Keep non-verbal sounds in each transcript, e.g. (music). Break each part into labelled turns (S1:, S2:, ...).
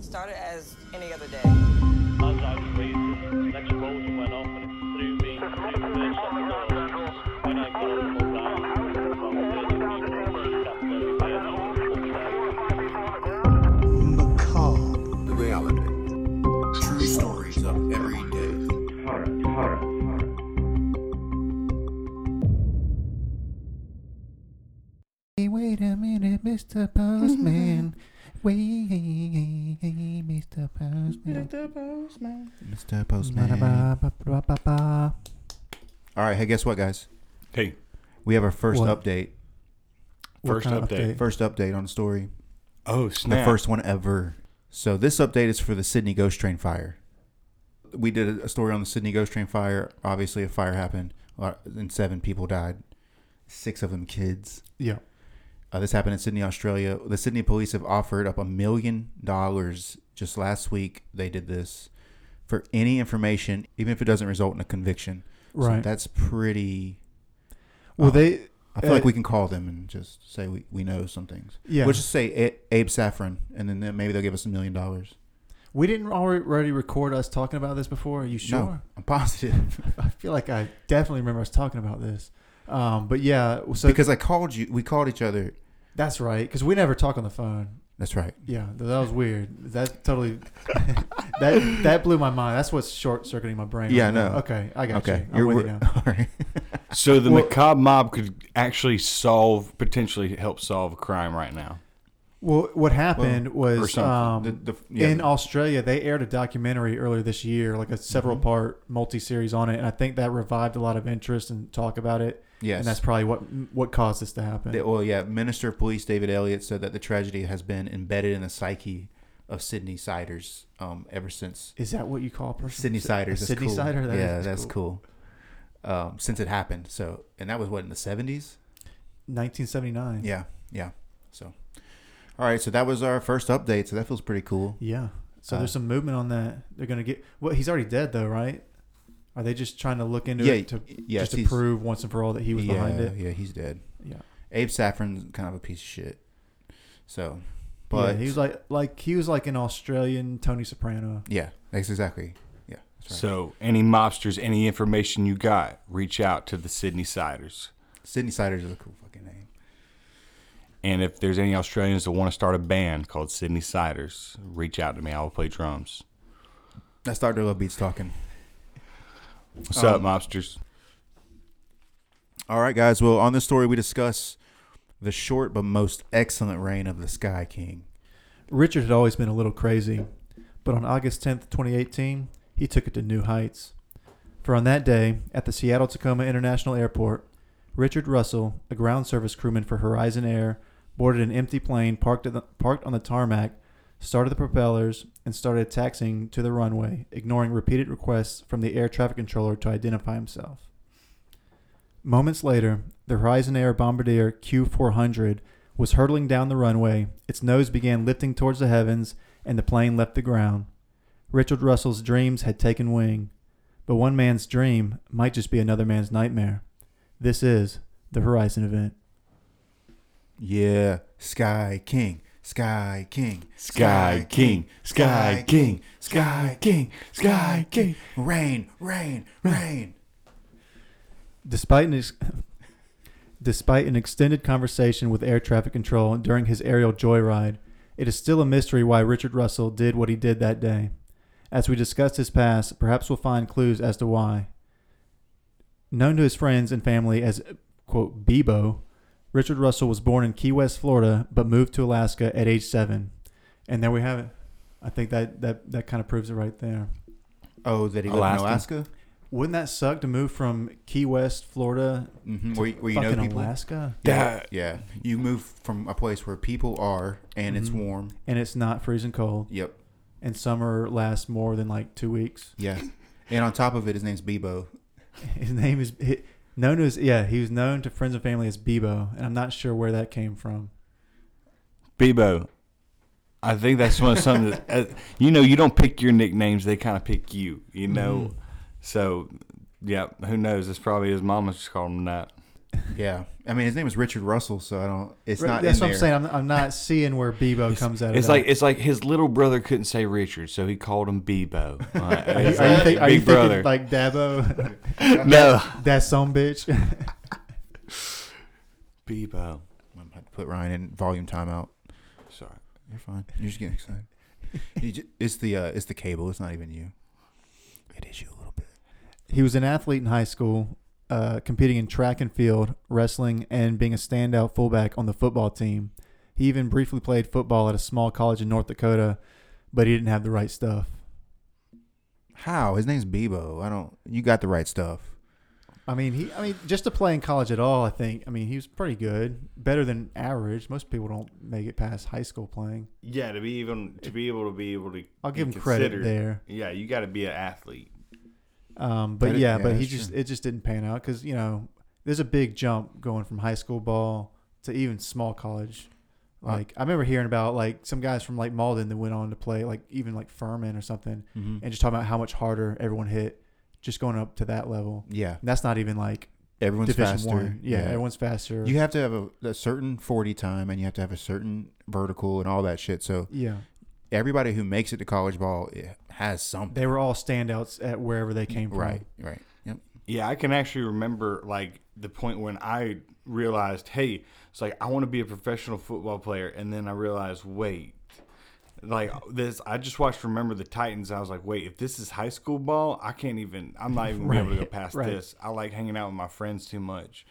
S1: started as any other day.
S2: As I was raising, an explosion went off and it threw me through the second door. When I got up and around, about 30 people were trapped everywhere and I was upstairs.
S3: Macabre.
S4: Reality. True stories of every day.
S3: Hey, wait a minute, Mr. Postman. Wait, Mr. Postman.
S5: Mr. Postman.
S3: Ba-da-ba-ba-ba-ba.
S5: All right, hey, guess what, guys?
S6: Hey,
S5: We have our first
S3: What?
S5: update.
S3: What
S6: First
S3: kind of
S6: update.
S5: First update on the story.
S6: oh
S5: The
S6: snap!
S5: first one ever. So this update is for the Sydney Ghost Train fire. We did a story on the Sydney Ghost Train fire. Obviously, a fire happened, uh, and seven people died. Six of them kids.
S3: Yeah.
S5: Uh, this happened in Sydney, Australia. The Sydney police have offered up a million dollars just last week. They did this for any information, even if it doesn't result in a conviction. So
S3: Right.
S5: that's pretty.
S3: Well,
S5: Uh,
S3: they.
S5: I feel
S3: Uh,
S5: like we can call them and just say we, we know some things.
S3: Yeah.
S5: We'll just say A- Abe Saffron, and then they- maybe they'll give us a million dollars.
S3: We didn't already record us talking about this before. Are you sure?
S5: No, I'm positive
S3: I feel like I definitely remember us talking about this. Um, but yeah, (laughs) so
S5: because I called you. We called each other.
S3: that's right because we never talk on the phone.
S5: That's right.
S3: Yeah, th- that was weird. That totally (laughs) that that blew my mind. That's what's short circuiting my brain.
S5: Yeah,
S3: right
S5: I
S3: now.
S5: know.
S3: Okay, I got
S5: okay,
S3: you. I'm with you now.
S5: (laughs) All
S3: (laughs)
S5: right.
S6: So the
S3: Well-
S6: macabre mob could actually solve, potentially help solve a crime right now.
S3: Well, what happened
S6: or
S3: was
S6: something.
S3: um,
S5: The- the- yeah,
S3: in
S5: the-
S3: Australia they aired a documentary earlier this year, like a several
S5: Mm-hmm.
S3: part multi series on it, and I think that revived a lot of interest and talk about it.
S5: Yes.
S3: and that's probably what what caused this to happen.
S5: They- well, yeah. Minister of Police David Elliott said that the tragedy has been embedded in the psyche of Sydney Siders um, ever since
S3: Is that what you call a person?
S5: Sydney Siders. That's
S3: Sydney
S5: cool.
S3: cider. That
S5: yeah,
S3: is
S5: that's cool. Um, since it happened, so and that was what in the seventies.
S3: 1979.
S5: Yeah, yeah. So, all right. So that was our first update. So that feels pretty cool.
S3: Yeah. So
S5: Uh,
S3: there's some movement on that. They're gonna get. Well, he's already dead though, right? Are they just trying to look into
S5: Yeah,
S3: it to
S5: yes,
S3: just to
S5: he's-
S3: prove once and for all that he was
S5: yeah,
S3: behind it?
S5: yeah. He's dead.
S3: Yeah.
S5: Abe Saffron's kind of a piece of shit. So,
S3: But
S5: but
S3: he was like, like he was like an Australian Tony Soprano.
S5: yeah, that's exactly. Yeah, that's right.
S6: So any mobsters, any information you got, reach out to the Sydney Siders.
S5: Sydney Siders is a cool fucking name.
S6: And if there's any Australians that want to start a band called Sydney Siders, reach out to me. I will play drums.
S5: Let's start Lil Beats talking.
S6: What's
S3: Oh.
S6: up, mobsters?
S5: All right, guys. Well, on this story, we discuss the short but most excellent reign of the Sky King.
S3: Richard had always been a little crazy, but on August 10th, 2018, he took it to new heights. For on that day, at the Seattle Tacoma International Airport, Richard Russell, a ground service crewman for Horizon Air, boarded an empty plane parked, at the, parked on the tarmac, started the propellers, and started taxiing to the runway, ignoring repeated requests from the air traffic controller to identify himself. Moments later, the Horizon Air Bombardier Q 400 was hurtling down the runway, its nose began lifting towards the heavens, and the plane left the ground. Richard Russell's dreams had taken wing, but one man's dream might just be another man's nightmare. This is the Horizon event.
S5: Yeah, Sky King, Sky King,
S6: Sky King, Sky King,
S5: Sky King, Sky King. Rain, rain, rain.
S3: Despite an ex- (laughs) despite an extended conversation with air traffic control during his aerial joyride, it is still a mystery why Richard Russell did what he did that day. As we discuss his past, perhaps we'll find clues as to why. Known to his friends and family as quote Bebo, Richard Russell was born in Key West, Florida, but moved to Alaska at age seven. And there we have it. I think that that, that kind of proves it right there.
S5: Oh, that he lived in
S6: Alaska.
S5: Alaska,
S3: Wouldn't that suck to move from Key West, Florida,
S5: mm-hmm. where, you- where you know
S3: fucking
S5: people.
S3: Alaska?
S6: Yeah.
S5: Yeah, you move from a place where people are and it's warm.
S3: and it's not freezing cold,
S5: Yep.
S3: and summer lasts more than like two weeks. (laughs)
S5: Yeah. And on top of it, his name's Bebo.
S3: His name is he, known as yeah, he was known to friends and family as Bebo, and I'm not sure where that came from.
S6: Bebo. I think that's one of something that uh, you know you don't pick your nicknames; they kind of pick you.
S3: Mm-hmm.
S6: You know, so yeah, who knows? It's probably his mama just called him that.
S5: Yeah, I mean his name is Richard Russell, so I don't. It's
S3: Right,
S5: not.
S3: That's
S5: in
S3: what
S5: there.
S3: I'm saying. I'm, I'm not seeing where Bebo comes out. of
S6: It's
S3: that.
S6: like it's like his little brother couldn't say Richard, so he called him Bebo. Like,
S3: (laughs) are you,
S6: it's
S3: are you
S6: like,
S3: think- are you
S6: big brother?
S3: thinking like Dabo? (laughs)
S6: no,
S3: that some bitch. (laughs)
S6: Bebo.
S5: I'm about to put Ryan in volume timeout.
S6: Sorry.
S5: You're fine. You're just getting excited. You ju- it's the uh, it's the cable. It's not even you. It is you a little bit.
S3: he was an athlete in high school, uh, competing in track and field, wrestling, and being a standout fullback on the football team. He even briefly played football at a small college in North Dakota, but he didn't have the right stuff.
S5: How his name's Bebo. I don't. You got the right stuff.
S3: I mean, he. I mean, just to play in college at all, I think. I mean, he was pretty good, better than average. Most people don't make it past high school playing.
S7: Yeah, to be even to be able to be able to.
S3: I'll give
S7: be
S3: him credit
S7: considered-
S3: there.
S7: Yeah, you got to be an athlete.
S3: Um, but
S5: That-
S3: yeah,
S5: yeah,
S3: but he
S5: that's
S3: just
S5: true.
S3: it just didn't pan out because you know there's a big jump going from high school ball to even small college.
S5: Uh,
S3: Like I remember hearing about like some guys from like Malden that went on to play like even like Furman or something,
S5: Mm-hmm.
S3: and just talking about how much harder everyone hit just going up to that level.
S5: Yeah,
S3: And that's not even like
S5: everyone's
S3: Division
S5: faster.
S3: One. Yeah, everyone's faster.
S5: You have to have a, a certain forty time, and you have to have a certain vertical and all that shit. So
S3: yeah,
S5: everybody who makes it to college ball it has something.
S3: they were all standouts at wherever they came from.
S5: Right. Right. Yep.
S7: Yeah, I can actually remember like the point when I realized, hey, it's like I want to be a professional football player, and then I realized, wait, like this. I just watched Remember the Titans. And I was like, wait, if this is high school ball, I can't even. I'm not even gonna be able to
S3: Right,
S7: go past
S3: right.
S7: this. I like hanging out with my friends too much,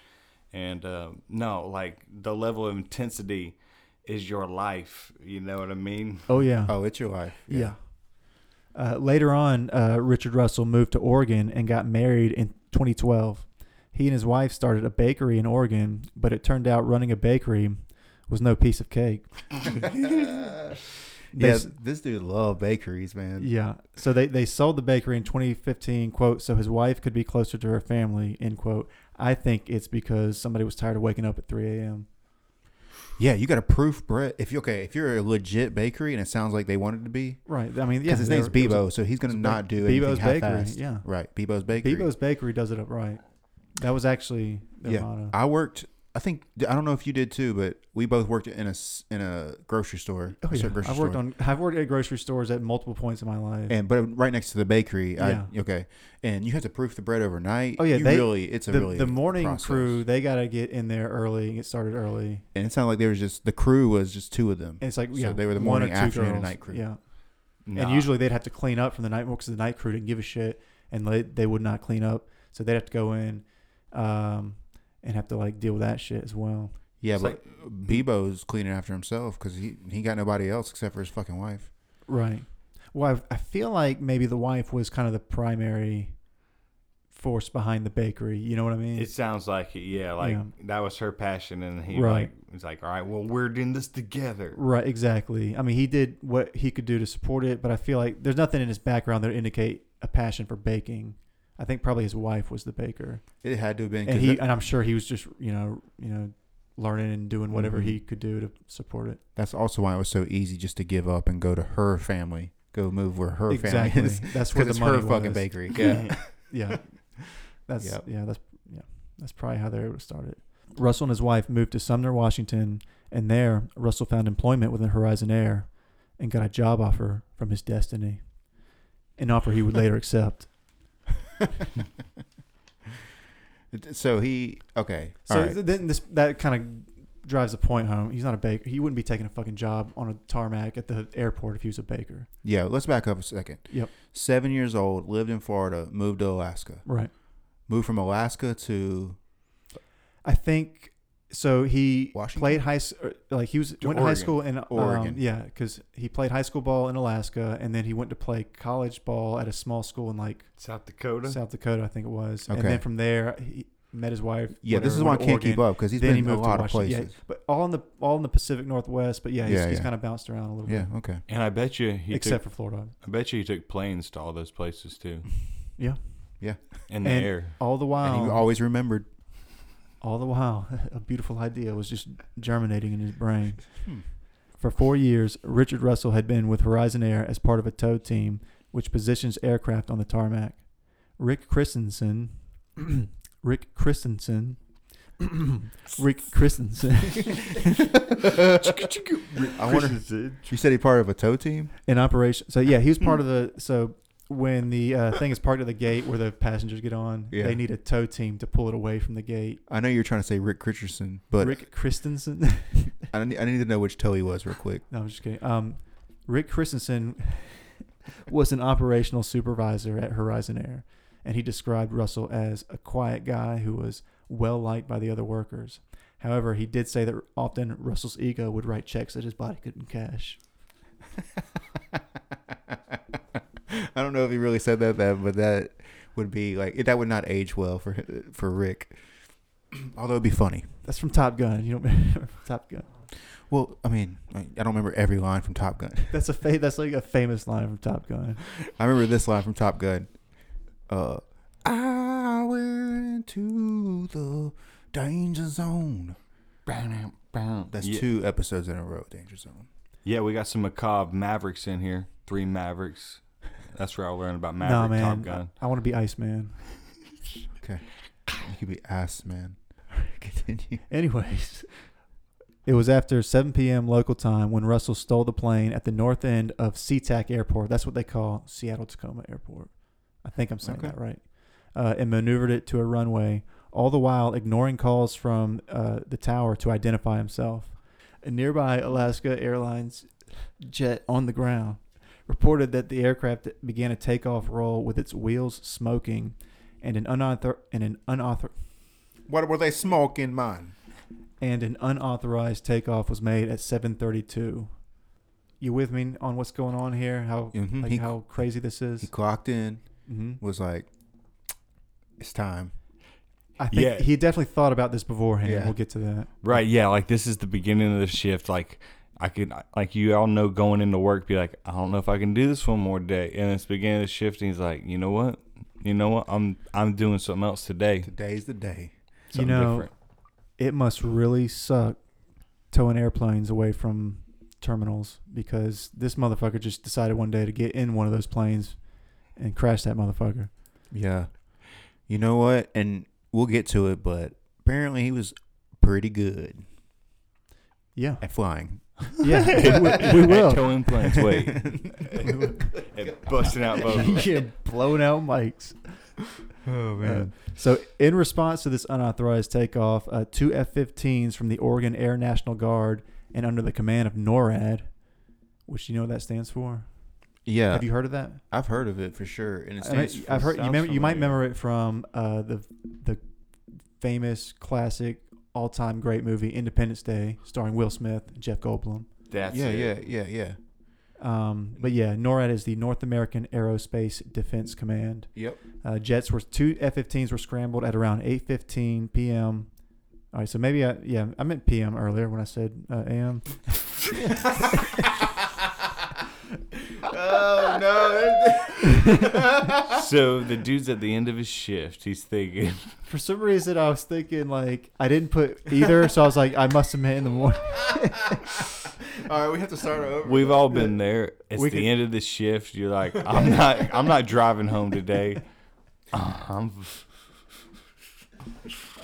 S7: and uh, no, like the level of intensity is your life. You know what I mean?
S3: Oh yeah.
S5: Oh, it's your (laughs) life.
S3: Yeah. Uh, later on, uh, Richard Russell moved to Oregon and got married in 2012. He and his wife started a bakery in Oregon, but it turned out running a bakery was no piece of cake. They
S5: Yeah,
S3: s-
S5: this dude love bakeries, man.
S3: yeah. So they, they sold the bakery in 2015, quote, so his wife could be closer to her family, end quote. I think it's because somebody was tired of waking up at 3 a.m.
S5: Yeah, you got to proof bread. If you okay, if you're a legit bakery and it sounds like they wanted to be,
S3: Right. I mean, yeah.
S5: because his
S3: they
S5: name's
S3: were- it was
S5: Bebo, so he's gonna
S3: it's a
S5: not
S3: ba-
S5: do
S3: Bebo's
S5: anything
S3: Bakery,
S5: half-assed.
S3: yeah.
S5: right. Bebo's
S3: a-
S5: bakery.
S3: Bebo's Bakery does it up right. That was actually their
S5: yeah.
S3: motto.
S5: I worked. I think I don't know if you did too, but we both worked in a s- in a grocery store.
S3: Oh,
S5: a
S3: yeah.
S5: certain grocery
S3: I've worked
S5: store.
S3: on I've worked at grocery stores at multiple points in my life.
S5: And but right next to the bakery,
S3: Yeah.
S5: I, okay. And you have to proof the bread overnight.
S3: oh yeah,
S5: you
S3: they
S5: really it's a
S3: the,
S5: really
S3: the morning
S5: process.
S3: crew. They got to get in there early and get started early.
S5: And it sounded like there was just the crew was just two of them.
S3: And it's like
S5: So
S3: yeah,
S5: they were the
S3: one or
S5: morning,
S3: two
S5: afternoon, and
S3: girls.
S5: night crew.
S3: Yeah, and
S7: Nah.
S3: usually they'd have to clean up from the night because the night crew didn't give a shit, and they they would not clean up, so they'd have to go in, um, and have to like deal with that shit as well.
S5: Yeah,
S7: It's
S5: but Bebo's cleaning after himself because he he got nobody else except for his fucking wife.
S3: Right. Well, I, I feel like maybe the wife was kind of the primary force behind the bakery. You know what I mean?
S7: It sounds like it, yeah, like
S3: Yeah.
S7: that was her passion, and he
S3: Right.
S7: like was like, all right, well, we're doing this together.
S3: Right, exactly. I mean, he did what he could do to support it, but I feel like there's nothing in his background that indicate a passion for baking. I think probably his wife was the baker,
S5: It had to have been.
S3: and
S5: 'cause
S3: he
S5: that-
S3: and I'm sure he was just you know you know learning and doing whatever
S5: Mhm.
S3: he could do to support it.
S5: that's also why it was so easy just to give up and go to her family, go move where her
S3: exactly.
S5: family (laughs) is.
S3: (laughs) That's where
S5: Because
S3: the
S5: it's
S3: money
S5: her fucking
S3: was. (laughs)
S5: bakery. Yeah.
S3: Yeah, that's
S5: Yep.
S3: yeah that's yeah that's probably how they would have started. Russell and his wife moved to Sumner, Washington, and there Russell found employment within Horizon Air, and got a job offer from his destiny, an offer
S5: (laughs)
S3: he would later accept.
S5: so he okay.
S3: So
S5: all right.
S3: th- then this that kind of drives the point home. He's not a baker. He wouldn't be taking a fucking job on a tarmac at the airport if he was a baker.
S5: yeah, let's back up a second.
S3: Yep.
S5: Seven years old, lived in Florida, moved to Alaska,
S3: Right.
S5: moved from Alaska to
S3: I think so. He
S5: Washington?
S3: played high s- or, like he was
S5: To
S3: went to high
S5: Oregon.
S3: school in um,
S5: Oregon.
S3: yeah, because he played high school ball in Alaska, and then he went to play college ball at a small school in like
S7: South Dakota.
S3: South Dakota, I think it was. And
S5: Okay.
S3: then from there, he met his wife.
S5: yeah. This
S3: whatever,
S5: is why I
S3: went to
S5: can't keep
S3: Oregon.
S5: up because he's
S3: then
S5: been
S3: he
S5: in a
S3: moved to
S5: lot of
S3: Washington.
S5: places.
S3: Yeah, but all in the all in the Pacific Northwest. But yeah, he's,
S5: Yeah,
S3: he's
S5: yeah.
S3: kind of bounced around a little
S5: Yeah.
S3: bit,
S5: Okay.
S6: And I bet you he
S3: except
S6: Except
S3: for Florida.
S6: took, I bet you he took planes to all those places too.
S3: (laughs) Yeah.
S5: Yeah.
S6: In the
S3: And-
S6: air.
S3: All the
S5: And
S3: while,
S5: he always
S3: (laughs)
S5: remembered.
S3: all the while, (laughs) a beautiful idea was just germinating in his brain.
S5: Hmm.
S3: For four years, Richard Russell had been with Horizon Air as part of a tow team, which positions aircraft on the (clears throat) tarmac. Rick Christensen, (clears throat) Rick Christensen, Rick Christensen,
S5: I wonder. You said he part of a tow team.
S3: in operation. So yeah, he was part of the. So when the uh, thing is parked at the gate where the passengers get on,
S5: Yeah.
S3: they need a tow team to pull it away from the gate.
S5: I know you're trying to say Rick Richardson, but
S3: Rick Christensen.
S5: I need, I need to know which toe he was real quick.
S3: No, I'm just kidding. Um, Rick Christensen (laughs) was an operational supervisor at Horizon Air, and he described Russell as a quiet guy who was well liked by the other workers. However, he did say that often Russell's ego would write checks that his body couldn't cash.
S5: I don't know if he really said that, that but that would be like that would not age well for for Rick. (clears throat) Although it'd be funny.
S3: That's from Top Gun. You don't (laughs) remember Top Gun?
S5: Well, I mean, I I don't remember every line from Top Gun. (laughs)
S3: That's a fa- that's like a famous line from Top Gun.
S5: I remember this line from Top Gun. Uh, I went to the danger zone. That's
S6: yeah.
S5: two episodes in a row. Danger zone.
S6: Yeah, we got some macabre Mavericks in here. Three Mavericks. That's where I learned about Maverick
S3: no man,
S6: Top Gun.
S3: I, want to be Iceman.
S5: Okay, you could be ass man. (laughs) Alright, Continue.
S3: (laughs) Anyways, it was after 7 p.m. local time when Russell stole the plane at the north end of SeaTac Airport. That's what they call Seattle Tacoma Airport. I think I'm saying
S5: Okay.
S3: that right. Uh, and maneuvered it to a runway, all the while ignoring calls from uh, the tower to identify himself. A nearby Alaska Airlines jet on the ground reported that the aircraft began a takeoff roll with its wheels smoking and an unauthor and an unauthor
S5: What were they smoking, man?
S3: and an unauthorized takeoff was made at 7:32. You with me on what's going on here? How
S5: Mhm.
S3: like
S5: He-
S3: how crazy this
S5: He
S3: is?
S5: clocked in.
S3: hmm
S5: Was like, it's time.
S3: I think
S6: Yeah.
S3: he definitely thought about this beforehand.
S5: Yeah.
S3: We'll get to that.
S6: Right, yeah, like this is the beginning of the shift. Like I could like you all know going into work be like, I don't know if I can do this one more day. And it's beginning of the shift and he's like, You know what? You know what? I'm I'm doing something else today.
S5: Today's the day.
S6: Something
S3: you know,
S6: different.
S3: it must really suck towing airplanes away from terminals because this motherfucker just decided one day to get in one of those planes and crash that motherfucker.
S5: Yeah. You know what? And we'll get to it, but apparently he was pretty good
S3: Yeah,
S5: at flying.
S7: (laughs)
S3: yeah, (laughs) we, we
S6: At
S3: will.
S6: towing planes,
S5: (laughs)
S6: wait.
S3: (laughs)
S6: At busting out both.
S3: yeah, Uh, blowing out mics.
S5: Oh
S3: So, in response to this unauthorized takeoff, uh, two F 15s from the Oregon Air National Guard and under the command of NORAD, which you know what that stands for?
S5: yeah.
S3: Have you Uh, heard of that?
S5: I've heard of it for sure. And
S3: I mean,
S5: it stands for-
S3: I've heard you,
S6: sounds
S3: remember, you might
S6: familiar.
S3: remember it from uh, the, the famous classic all time great movie Independence Day, starring Will Smith and Jeff Goldblum.
S6: That's
S5: yeah,
S6: it.
S5: yeah, yeah, yeah.
S3: Um, but yeah, NORAD is the North American Aerospace Defense Command.
S5: Yep.
S3: Uh, jets were two F-15s were scrambled at around 8:15 p.m. All right, so maybe I yeah I meant p.m. earlier when I said uh, a.m.
S5: Oh no.
S6: So the dude's at the end of his shift, he's thinking (laughs)
S3: For some reason, I was thinking like I didn't (laughs) put either, so I was like I must have meant in the morning. (laughs)
S5: (laughs) All right, we have to start over.
S6: We've all been there. It's
S3: We
S6: the
S3: could-
S6: end of the shift. You're like, I'm not. I'm not driving home
S3: (laughs)
S6: today. Uh, I'm-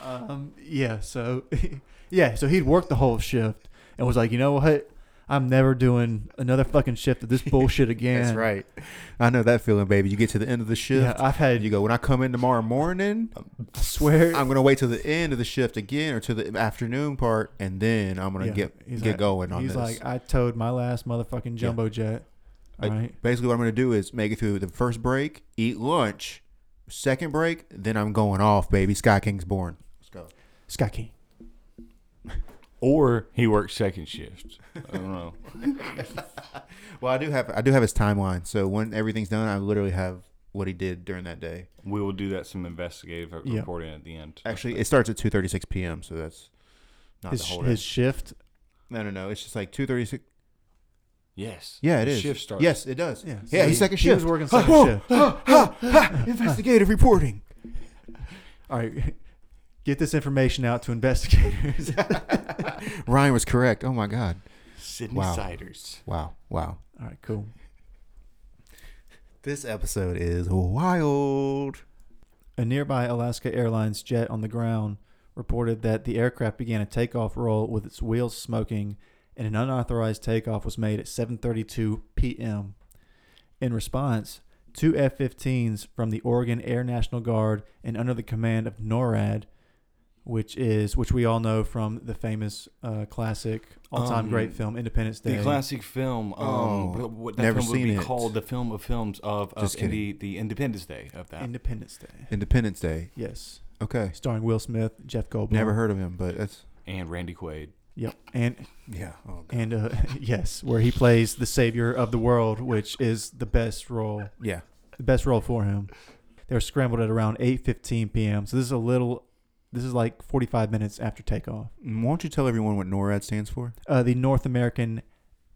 S3: Um, yeah, so (laughs) yeah, so he'd worked the whole shift and was like, you know what, I'm never doing another fucking shift of this bullshit again.
S5: (laughs) That's right. I know that feeling, baby. You get to the end of the shift.
S3: Yeah, I've had
S5: and you go, when I come in tomorrow morning,
S3: I swear.
S5: I'm gonna wait till the end of the shift again or to the afternoon part, and then I'm gonna
S3: Yeah,
S5: get
S3: he's
S5: get
S3: like-
S5: going on
S3: He's
S5: this.
S3: like, I towed my last motherfucking jumbo jet. All
S5: Like,
S3: right.
S5: Basically, what I'm gonna do is make it through the first break, eat lunch, second break, then I'm going off, baby. Sky King's born. Let's go.
S3: Sky King.
S6: or he works second shift. I don't know.
S5: (laughs) Well, I do have I do have his timeline. So when everything's done, I literally have what he did during that day.
S6: We will do that some investigative
S3: Yeah.
S6: reporting at the end.
S5: Actually, it starts at 2:36 p.m. So that's not
S3: His,
S5: the whole
S3: his
S5: day.
S3: shift.
S5: No, no, no. It's just like 2:36.
S6: Yes.
S5: Yeah, it
S6: The
S5: is.
S6: Shift starts.
S5: Yes, it does.
S3: Yeah,
S5: Yeah,
S3: so
S5: yeah.
S3: he-
S5: he's second
S3: he
S5: shift.
S3: was working second
S5: Whoa,
S3: shift.
S5: ha, ha, ha, (laughs) investigative reporting.
S3: All right. Get this information out to
S5: (laughs)
S3: investigators.
S5: Ryan was correct. Oh my god.
S6: Sydney
S5: Wow.
S6: Siders.
S5: Wow. Wow.
S3: All right, cool.
S5: This episode is wild.
S3: A nearby Alaska Airlines jet on the ground reported that the aircraft began a takeoff roll with its wheels smoking and an unauthorized takeoff was made at 7:32 p.m. In response, two F-15s from the Oregon Air National Guard and under the command of NORAD, which is which we all know from the famous uh, classic all-time
S7: Um,
S3: great film Independence Day.
S7: The classic film. Um,
S5: Oh,
S7: what- what that
S5: never
S7: film would be
S5: seen it.
S7: called the film of films of, of
S5: Just kidding.
S7: Indi- the Independence Day of that.
S3: Independence Day.
S5: Independence Day.
S3: Yes,
S5: Okay.
S3: starring Will Smith, Jeff Goldblum.
S5: Never heard of him, but that's
S7: and Randy Quaid.
S3: Yep, and
S5: yeah. Oh, God.
S3: and uh, (laughs) yes, where he plays the savior of the world, which is the best role,
S5: yeah.
S3: the best role for him. They were scrambled at around 8:15 p.m. So this is a little, this is like 45 minutes after takeoff.
S5: Why don't you tell everyone what NORAD stands for?
S3: Uh, the North American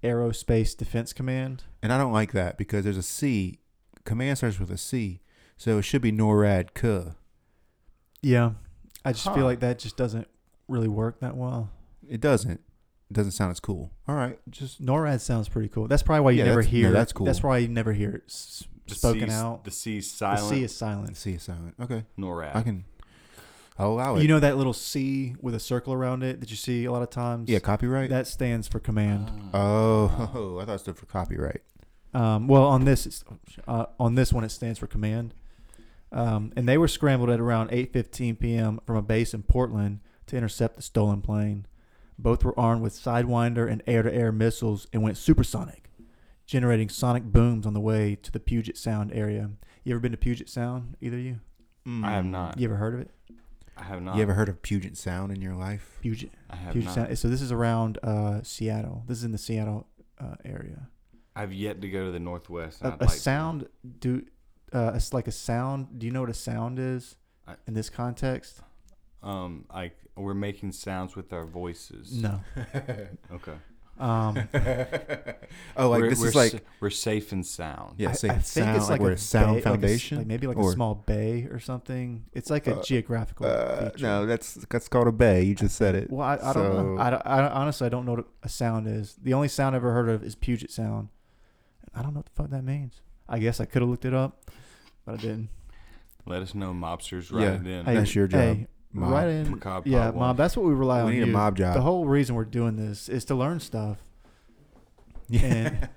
S3: Aerospace Defense Command.
S5: And I don't like that because there's a C. Command starts with a C, so it should be NORAD. K.
S3: Yeah, I just
S7: Huh.
S3: feel like that just doesn't really work that well.
S5: It doesn't. It doesn't sound as cool. All right. Just
S3: NORAD sounds pretty cool. That's probably why you
S5: Yeah,
S3: never
S5: that's- no,
S3: hear.
S5: that's cool.
S3: That's why you never hear it s-
S7: The
S3: spoken
S7: C's-
S3: out.
S7: The C
S3: The
S7: silent.
S3: sea is silent.
S5: C is silent. Okay.
S7: NORAD.
S5: I can. I'll allow Oh, it.
S3: You know that little C with a circle around it that you see a lot of times?
S5: Yeah. Copyright.
S3: That stands for command.
S5: oh, (laughs) I thought it stood for copyright.
S3: Um, well, on this, it's- uh, on this one, it stands for command. Um, and they were scrambled at around 8:15 p.m. from a base in Portland to intercept the stolen plane. Both were armed with sidewinder and air-to-air missiles and went supersonic, generating sonic booms on the way to the Puget Sound area. You ever been to Puget Sound? Either of you?
S7: I have not.
S3: You ever heard of it?
S7: I have not.
S5: You ever heard of Puget Sound in your life?
S3: Puget.
S7: I have
S3: Puget
S7: not.
S3: Sound. So this is around uh, Seattle. This is in the Seattle uh, area.
S7: I've yet to go to the Northwest. and
S3: a,
S7: I'd
S3: a
S7: like to.
S3: sound do uh, it's like a sound do you know what a sound is
S7: I-
S3: in this context
S7: Um, like we're making sounds with our voices.
S3: no
S7: Okay.
S3: um
S5: (laughs) oh, like
S7: we're,
S5: this
S7: we're
S5: is like
S7: sa- we're safe and sound.
S5: yeah,
S3: I,
S5: say
S3: I think
S5: sound
S3: it's like,
S5: we're
S3: a
S5: a sound
S3: bay- like a s-
S5: foundation,
S3: like maybe like
S5: or,
S3: a small bay or something it's like a
S5: Uh,
S3: geographical
S5: Uh,
S3: feature.
S5: no, that's that's called a bay. You just said it.
S3: well i, I don't
S5: So-
S3: know I, don't- I don't- honestly i don't know what a sound is the only sound i've ever heard of is puget sound i don't know what the fuck that means i guess i could have looked it up but i didn't
S7: Let us know, mobsters.
S5: Yeah.
S7: Right in.
S5: Hey, That's your job,
S3: hey,
S5: Mob.
S3: right in
S7: Macabre
S3: yeah
S7: Pod One.
S3: mob that's what we rely
S5: We
S3: on
S5: need a
S3: you.
S5: mob job.
S3: the whole reason we're doing this is to learn stuff
S5: (laughs) (laughs) Yeah.
S3: and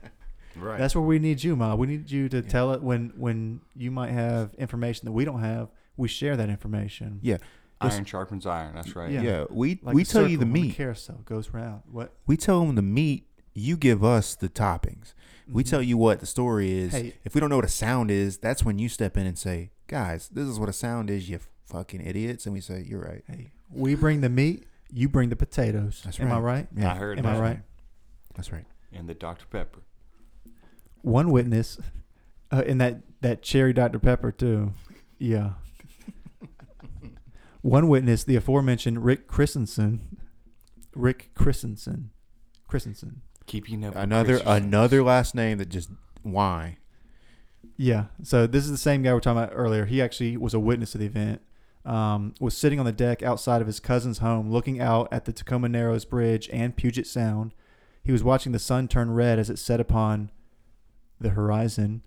S7: Right.
S3: That's where we need you, Ma. We need you to tell it when when you might have information that we don't have. We share that information.
S5: yeah,
S7: iron sharpens iron. That's right.
S5: yeah,
S3: Yeah.
S5: We
S3: Like
S5: we
S3: a
S5: tell you the
S3: circle on a
S5: meat.
S3: carousel goes round. What?
S5: We tell them the meat. You give us the toppings. We
S3: Mm-hmm.
S5: tell you what the story is.
S3: Hey.
S5: If we don't know what a sound is, that's when you step in and say, "Guys, this is what a sound is." You fucking idiots. And we say, "You're right."
S3: Hey, we bring the meat. You bring the potatoes.
S5: That's
S3: Am I right?
S5: Yeah.
S7: I heard
S3: Am
S7: that.
S3: I right?
S5: That's right.
S7: And the Dr Pepper.
S3: One witness, uh, and that that cherry Dr Pepper too. Yeah.
S5: (laughs)
S3: One witness, the aforementioned Rick Christensen. Rick Christensen. Christensen.
S7: Keep you never
S5: Another another last name that just why
S3: Yeah. So this is the same guy we are talking about earlier. He actually was a witness to the event. Um, was sitting on the deck outside of his cousin's home, looking out at the Tacoma Narrows Bridge and Puget Sound. He was watching the sun turn red as it set upon the horizon.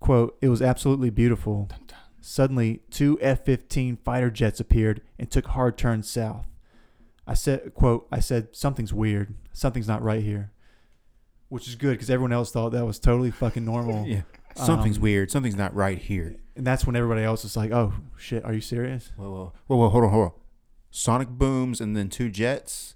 S3: Quote, it was absolutely beautiful. Suddenly, two F 15 fighter jets appeared and took hard turns south. I said, quote, I said, something's weird. Something's not right here. Which is good because everyone else thought that was totally fucking
S5: (laughs)
S3: normal.
S5: something's
S3: Um,
S5: weird. Something's not right here.
S3: And that's when everybody else is like, "Oh shit, are you serious?"
S5: Whoa, whoa, whoa, whoa, hold on, hold on. Sonic booms and then two jets.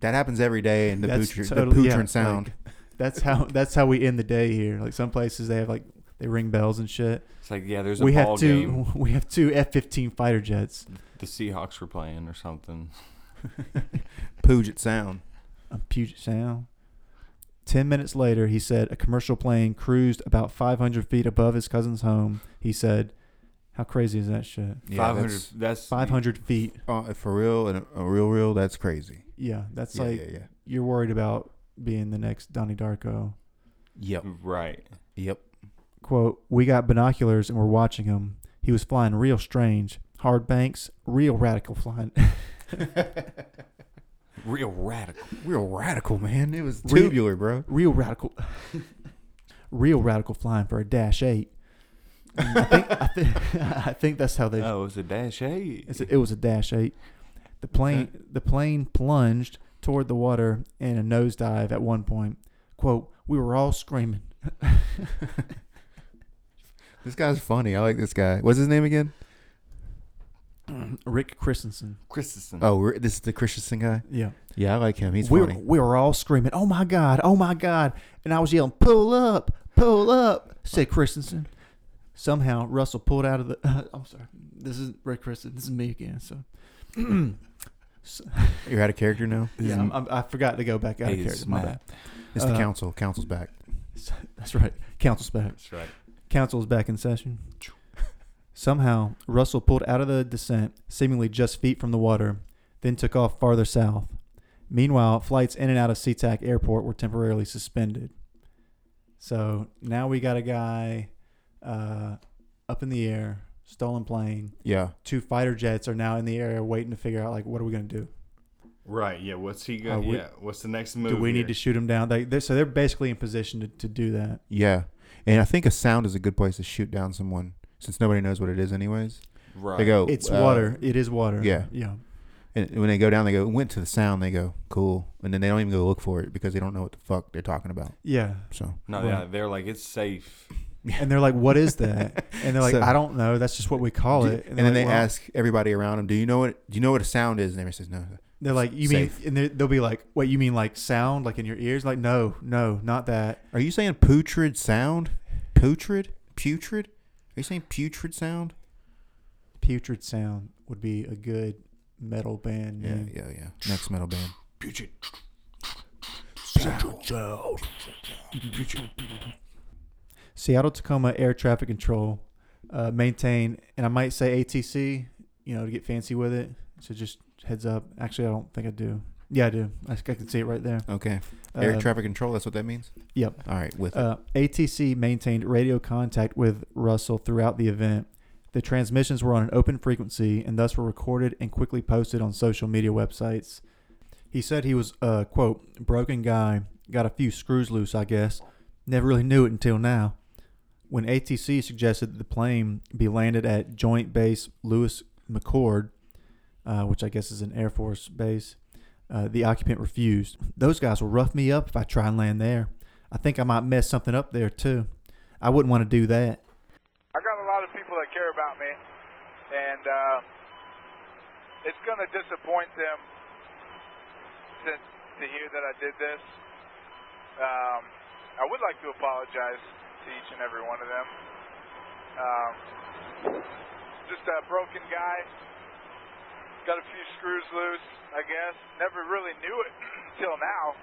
S5: That happens every day in the
S3: that's
S5: poocher, the
S3: totally-
S5: poocher
S3: yeah,
S5: and sound.
S3: like, (laughs) that's how that's how we end the day here. Like some places they have like they ring bells and shit.
S7: It's like yeah, there's a
S3: we
S7: ball
S3: have two
S7: game.
S3: (laughs) we have two F-15 fighter jets.
S7: The Seahawks were playing or something.
S5: Puget sound.
S3: on Puget Sound. Ten minutes later, he said a commercial plane cruised about 500 feet above his cousin's home. He said, "How crazy is that shit?
S5: Yeah,
S7: Five hundred.
S5: that's-
S7: That's
S3: 500 feet.
S5: uh, for real and a real, real. That's crazy.
S3: Yeah, that's
S5: yeah,
S3: like
S5: yeah, yeah.
S3: you're worried about being the next Donnie Darko."
S5: Yep,
S7: Right.
S5: yep.
S3: quote, we got binoculars and we're watching him. He was flying real strange, hard banks, real radical flying, (laughs)
S7: Real radical.
S5: Real radical, man. It was
S3: Real-
S5: tubular, bro.
S3: real radical, (laughs) real radical flying for a dash eight. (laughs) I think I think, I think that's how they.
S7: Oh, it was a dash eight.
S3: It's a, it was a dash eight. The plane the plane plunged toward the water in a nosedive at one point. Quote, we were all screaming. (clears throat)
S5: This guy's funny. I like this guy. What's his name again?
S3: Rick Christensen.
S7: Christensen.
S5: Oh, we're- this is the Christensen guy.
S3: Mm. Yeah.
S5: Yeah, I like him. He's
S3: we,
S5: funny.
S3: we were all screaming, "Oh my god! Oh my god!" And I was yelling, "Pull up! Pull up!" said Christensen. Somehow Russell pulled out of the. (laughs) I'm sorry. This is Rick Christensen. This is me again. So
S5: You're out of character now. Mm.
S3: yeah, I'm, I'm, I forgot to go back out of
S6: Hey,
S3: character. My bad.
S6: Matt.
S5: It's the
S3: Uh,
S5: council. Council's back.
S3: That's right. Council's back.
S7: That's right.
S3: Council's back in session. (laughs) Somehow Russell pulled out of the descent, seemingly just feet from the water, then took off farther south. Meanwhile, flights in and out of SeaTac Airport were temporarily suspended. So now we got a guy uh, up in the air, stolen plane.
S5: Yeah.
S3: Two fighter jets are now in the area waiting to figure out like what are we gonna do?
S7: Right. Yeah. What's he
S3: Uh,
S7: going?
S3: we-
S7: yeah. What's the next move?
S3: Do we
S7: here?
S3: need to shoot him down? They, they're, so they're basically in position to, to do that.
S5: Yeah. And I think a sound is a good place to shoot down someone since nobody knows what it is, anyways.
S7: Right.
S5: They go,
S3: It's
S5: uh,
S3: water. It is water.
S5: yeah.
S3: Yeah.
S5: And when they go down, they go, went to the sound, they go, cool. And then they don't even go look for it because they don't know what the fuck they're talking about.
S3: Yeah.
S5: So,
S7: No.
S3: Right.
S7: Yeah. They're like it's safe.
S3: And they're like, "What is that?"
S5: (laughs)
S3: And they're like,
S5: So-
S3: "I don't know. That's just what we call
S5: Do-
S3: it."
S5: and,
S3: they're
S5: then
S3: like,
S5: they
S3: "Well,"
S5: ask everybody around them, do you know what, do you know what a sound is? And everybody says, no.
S3: They're like, "You
S5: Safe.
S3: mean?" And they- they'll be like, "Wait, you mean like sound, like in your ears?" Like, no, no, not that.
S5: Are you saying putrid sound? Putrid? Putrid? Are you saying putrid sound?
S3: Putrid sound would be a good metal band.
S5: Yeah,
S3: name.
S5: yeah, yeah. Next metal band.
S3: Seattle Tacoma Air Traffic Control uh, maintain, and I might say ATC, you know, to get fancy with it. So just heads up. Actually, I don't think I do. Yeah, I do. I, I can see it right there.
S5: Okay. Air
S3: Uh,
S5: traffic control, that's what that means?
S3: Yep.
S5: All right, with it.
S3: Uh, ATC maintained radio contact with Russell throughout the event. The transmissions were on an open frequency and thus were recorded and quickly posted on social media websites. He said he was, uh, quote, broken guy, got a few screws loose, I guess. Never really knew it until now. When ATC suggested that the plane be landed at Joint Base Lewis McCord, uh, which I guess is an Air Force base, uh, the occupant refused. Those guys will rough me up if I try and land there. I think I might mess something up there too. I wouldn't want to do that.
S8: I got a lot of people that care about me, and uh, it's going to disappoint them to, to hear that I did this. Um, I would like to apologize to each and every one of them. Um, just a broken guy, got a few screws loose, I guess. Never really knew it (clears throat) until now.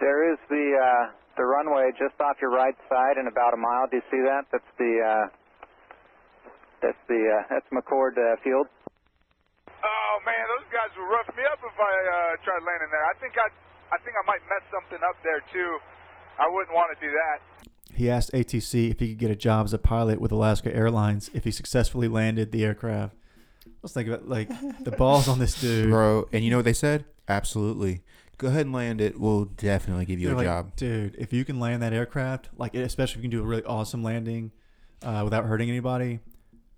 S9: There is the uh, the runway just off your right side in about a mile. Do you see that? That's the uh, that's the uh, that's McCord uh, Field.
S8: Oh man, those guys will rough me up if I uh, tried landing there. I think I, I think I might mess something up there too. I wouldn't want to do that.
S3: He asked ATC if he could get a job as a pilot with Alaska Airlines if he successfully landed the aircraft. Let's think about like the balls on this dude.
S5: Bro, and you know what they said? Absolutely. Go ahead and land it. We'll definitely give you
S3: They're
S5: a
S3: like,
S5: job.
S3: dude. If you can land that aircraft, like especially if you can do a really awesome landing uh, without hurting anybody,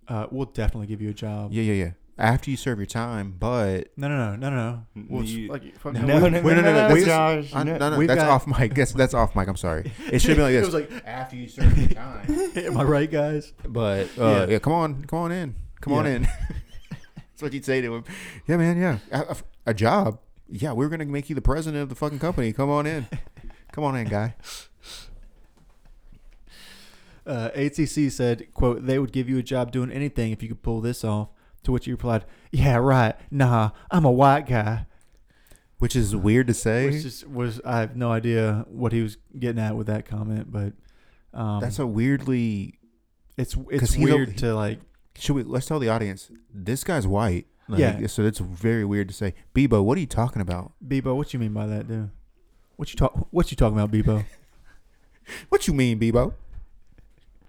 S3: uh, we'll definitely give you a job.
S5: Yeah, yeah, yeah. After you serve your time, but
S3: No, no, no, no, no. We'll,
S7: You-
S3: like, fuck,
S7: No, (laughs) no, no,
S5: Wait,
S7: no, no,
S5: we-
S7: Josh,
S5: I-
S7: no.
S5: no, no,
S3: We've
S5: that's
S3: got-
S5: off mic. That's, that's off mic. I'm sorry. It should be like
S3: It
S5: this.
S3: was like-
S5: after you serve your time.
S3: Am I right, guys?
S5: (laughs) But uh, yeah.
S3: Yeah.
S5: come on, come on in, come on
S3: Yeah.
S5: in. (laughs) that's what you'd say to him. Yeah, man. Yeah, a, a- a job. Yeah, we are gonna make you the president of the fucking company. Come on in. Come on in, guy.
S3: Uh, ATC said, "quote They would give you a job doing anything if you could pull this off." To which he replied, "Yeah, right. Nah, I'm a white guy."
S5: Which is weird to say.
S3: Which just was I have no idea what he was getting at with that comment, but um,
S5: that's a weirdly.
S3: it's
S5: 'cause
S3: it's
S5: he's a-
S3: weird to like.
S5: Should we? Let's tell the audience this guy's white. Like,
S3: Yeah.
S5: So that's very weird to say. Bebo, what are you talking about?
S3: Bebo, what you mean by that, dude? What you talk? What you talking about, Bebo?
S5: What you mean, Bebo? (laughs)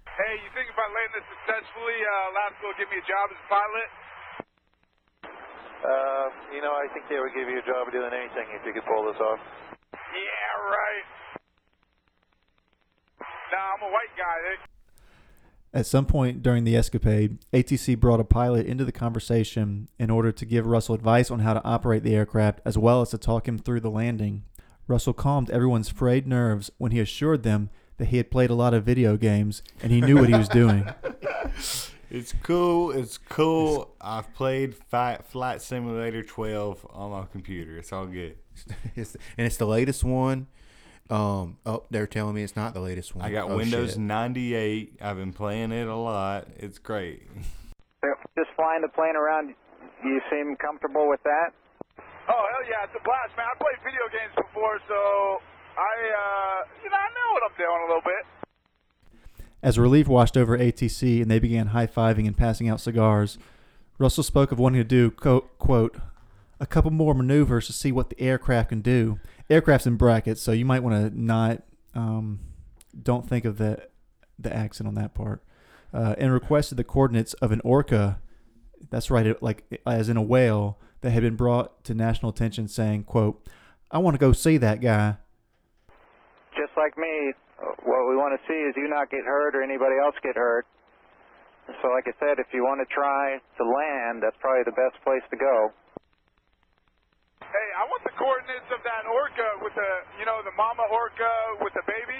S8: Hey, you think if I land this successfully, uh, Alaska will give me a job as a pilot?
S9: Uh, you know, I think they would give you a job doing anything if you could pull this off.
S8: Yeah, eh? right. Nah, I'm a white guy. They,
S3: At some point during the escapade, ATC brought a pilot into the conversation in order to give Russell advice on how to operate the aircraft as well as to talk him through the landing. Russell calmed everyone's frayed nerves when he assured them that he had played a lot of video games and he knew what he was doing.
S7: It's cool. It's cool. I've played Fi Flight Simulator 12 on my computer. It's all good.
S5: It's, and it's the latest one. Um, oh, they're telling me it's not the latest one.
S7: I got
S5: Oh,
S7: Windows
S5: shit.
S7: 98. I've been playing it a lot. It's great.
S9: Just flying the plane around, you seem comfortable with that?
S8: Oh hell yeah, it's a blast, man. I played video games before, so I uh you know, I know what I'm doing a little bit.
S3: As relief washed over ATC and they began high fiving and passing out cigars, Russell spoke of wanting to do, co- quote, a couple more maneuvers to see what the aircraft can do. Aircraft's in brackets, so you might want to not, um, don't think of the, the accent on that part. Uh, and requested the coordinates of an orca, that's right, it- like as in a whale, that had been brought to national attention saying, quote, I want to go see that guy.
S9: Just like me, uh, what we want to see is you not get hurt or anybody else get hurt. So, like I said, if you want to try to land, that's probably the best place to go.
S8: Hey, I want the coordinates of that orca with the you know, the mama orca with the baby.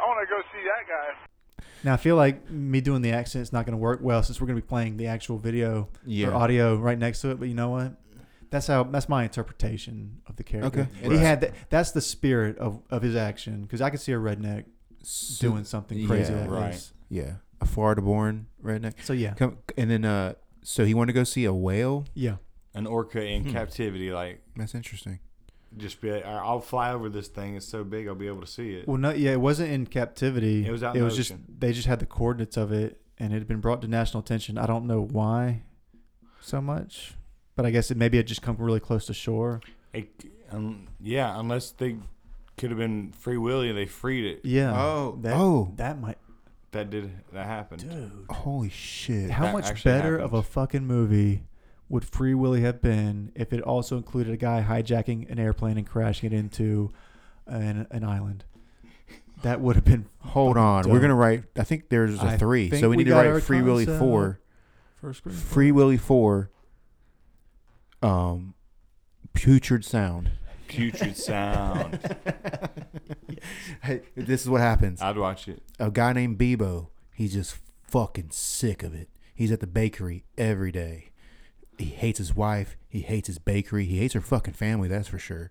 S8: I wanna go see that guy.
S3: Now I feel like me doing the accent is not going to work well since we're going to be playing the actual video
S5: Yeah.
S3: or audio right next to it. But you know what? That's how. That's my interpretation of the character.
S5: Okay.
S3: He
S5: Right.
S3: had that. That's the spirit of, of his action because I could see a redneck
S5: So-
S3: doing something crazy
S5: Yeah,
S3: like
S6: right.
S3: this.
S5: Yeah, a Florida-born redneck.
S3: So yeah,
S5: Come, and then, uh, so he wanted to go see a whale.
S3: yeah.
S7: An orca in
S5: Hmm.
S7: captivity. Like,
S5: That's interesting.
S7: just be like, "All right, I'll fly over this thing. It's so big, I'll be able to see it.
S3: Well, no, yeah. It wasn't in captivity.
S7: It was out
S3: It
S7: in the
S3: was just
S7: ocean.
S3: they just had the coordinates of it, and it had been brought to national attention. I don't know why, so much, but I guess it maybe it just come really close to shore.
S7: It, um, yeah, unless they could have been free willy, they freed it.
S3: Yeah.
S5: Oh,
S3: That,
S5: oh.
S3: That might.
S7: That did that happened.
S5: Holy shit!
S3: How
S7: that
S3: much
S7: actually
S3: better of
S7: happened.
S3: a fucking movie would Free Willy have been if it also included a guy hijacking an airplane and crashing it into an, an island? That would have been
S5: Hold
S3: fucking
S5: on,
S3: dope.
S5: we're gonna write. I think there's a
S3: I
S5: three,
S3: think
S5: so we
S3: we
S5: need to
S3: got our
S5: write Free Willy
S3: concept.
S5: four.
S3: first screen.
S5: Free Willy four. Um,
S3: (laughs)
S5: putrid sound. (laughs)
S7: Putrid sound.
S5: Hey, this is what happens.
S7: I'd watch it.
S5: a guy named Bebo. He's just fucking sick of it. He's at the bakery every day. He hates his wife. He hates his bakery. He hates her fucking family. That's for sure.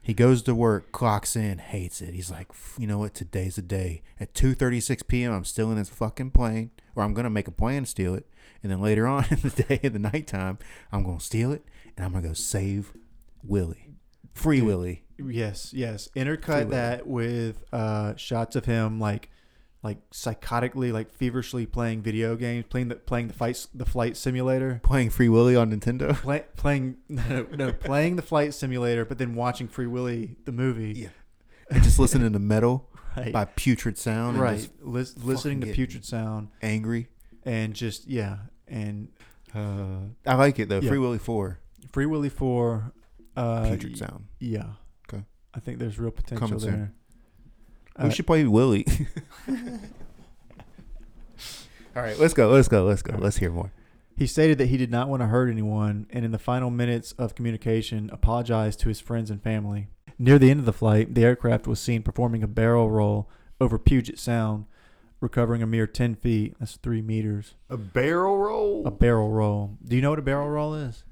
S5: He goes to work, clocks in, hates it. He's like, "F- you know what? Today's the day. At 2:36 p.m., I'm still in this fucking plane, or I'm gonna make a plan to steal it, and then later on (laughs) in the day, in the nighttime, I'm gonna steal it, and I'm gonna go save Willie, free Willie.
S3: Yes, yes. Intercut that with uh, shots of him like, like psychotically, like feverishly playing video games, playing the playing the fight the flight simulator.
S5: Playing Free Willy on Nintendo.
S3: Play, playing (laughs) no, no playing the flight simulator, but then watching Free Willy the movie.
S5: Yeah. (laughs) and just listening to metal
S3: (laughs) Right.
S5: by putrid sound and
S3: right
S5: just
S3: Lis- listening to
S5: get-
S3: putrid sound
S5: angry
S3: and just yeah and
S5: uh, i like it though
S3: Yeah.
S5: free willy 4
S3: free willy 4 uh
S5: putrid sound
S3: yeah
S5: Okay.
S3: i think there's real potential
S5: Coming soon.
S3: there Uh,
S5: we should play willy (laughs) all right let's go let's go let's go let's hear more
S3: he stated that he did not want to hurt anyone and in the final minutes of communication apologized to his friends and family near the end of the flight the aircraft was seen performing a barrel roll over puget sound recovering a mere 10 feet that's three meters
S7: A barrel roll.
S3: a barrel roll do you know what a barrel roll is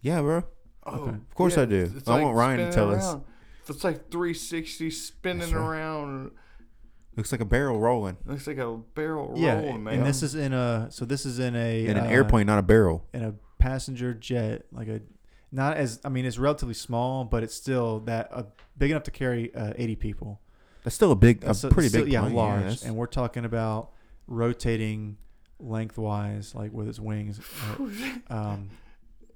S5: yeah bro
S7: Oh,
S5: Of course I do.
S7: it's
S5: I want Ryan to
S7: spinning
S5: tell us.
S7: around. It's like 360 spinning
S5: That's right.
S7: around.
S5: looks like a barrel rolling
S7: Looks like a barrel
S3: yeah
S7: rolling, man.
S3: and this is in a so this is in a
S5: in an
S3: uh,
S5: airplane not a barrel
S3: in a passenger jet, like a not as I mean, it's relatively small, but it's still that uh, big enough to carry uh, eighty people.
S5: that's still a big a
S3: So-
S5: pretty
S3: still-
S5: big
S3: yeah,
S5: plane.
S3: large.
S5: that's-
S3: and we're talking about rotating lengthwise, like with its wings,
S5: (laughs)
S3: uh, um,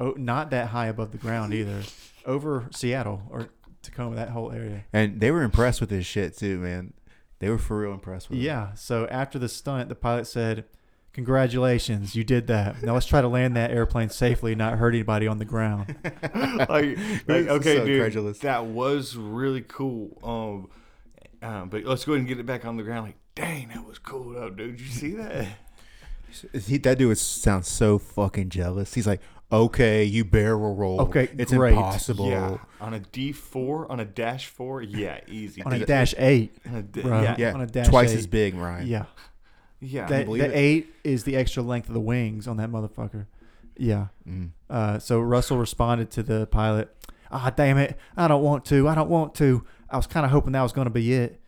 S3: oh, not that high above the ground either, over Seattle or Tacoma, that whole area.
S5: and they were impressed with this shit too man they were for real impressed with it.
S3: Yeah. So after the stunt, the pilot said. Congratulations, you did that. Now let's try to land that airplane safely and not hurt anybody on the ground.
S7: (laughs)
S3: (laughs)
S7: like, like,
S5: This is
S7: okay,
S5: so
S7: dude,
S5: credulous.
S7: that was really cool. Um, Um, but let's go ahead and get it back on the ground. Like, dang, that was cool, though, dude. You see that?
S5: He, that dude sounds so fucking jealous. He's like, okay, you barrel roll.
S3: Okay,
S5: it's
S3: great.
S5: impossible.
S7: Yeah. On a D four, on a dash four, yeah,
S5: (laughs)
S7: easy.
S3: on a
S7: dude.
S3: dash eight.
S7: On a da-
S3: bro.
S7: yeah,
S5: Yeah,
S3: On a dash
S5: twice
S3: eight.
S5: as big, Ryan.
S3: Yeah,
S7: yeah.
S3: that,
S5: believe
S3: the
S5: it.
S3: eight is the extra length of the wings on that motherfucker. Yeah.
S5: Mm.
S3: Uh, so Russell responded to the pilot. Ah, damn it! I don't want to. I don't want to. I was kind of hoping that was going to be it.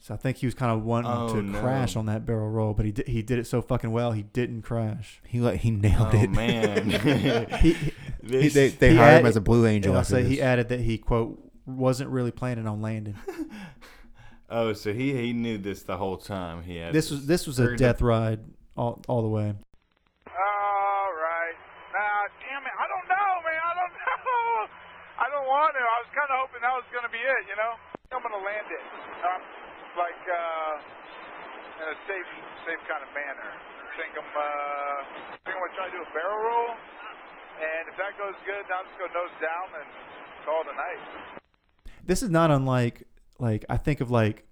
S3: So I think he was kind of wanting
S7: Oh,
S3: to
S7: no.
S3: crash on that barrel roll, but he did, he did it so fucking well. He didn't crash.
S5: he like he nailed
S7: oh
S5: it.
S7: man, (laughs)
S3: He, (laughs) he-
S5: He-
S7: This-
S5: they they
S3: He
S5: hired
S3: had-
S5: him as a blue
S3: and
S5: angel.
S3: I
S5: after
S3: say he
S5: this.
S3: added that he quote wasn't really planning on landing.
S7: oh, so he he knew this the whole time. He had
S3: This was this was
S7: Or
S3: a
S7: the-
S3: death ride all all the way.
S8: All right. Nah, damn it. I don't know, man. I don't (laughs) know. I don't want to. I was kind of hoping that was going to be it, you know? I'm going to land it. Um, like, uh, in a safe, safe kind of manner. I think I'm, uh, I think I'm going to try to do a barrel roll. And if that goes good, then I'll just go nose down and call it a night.
S3: this is not unlike like I think of like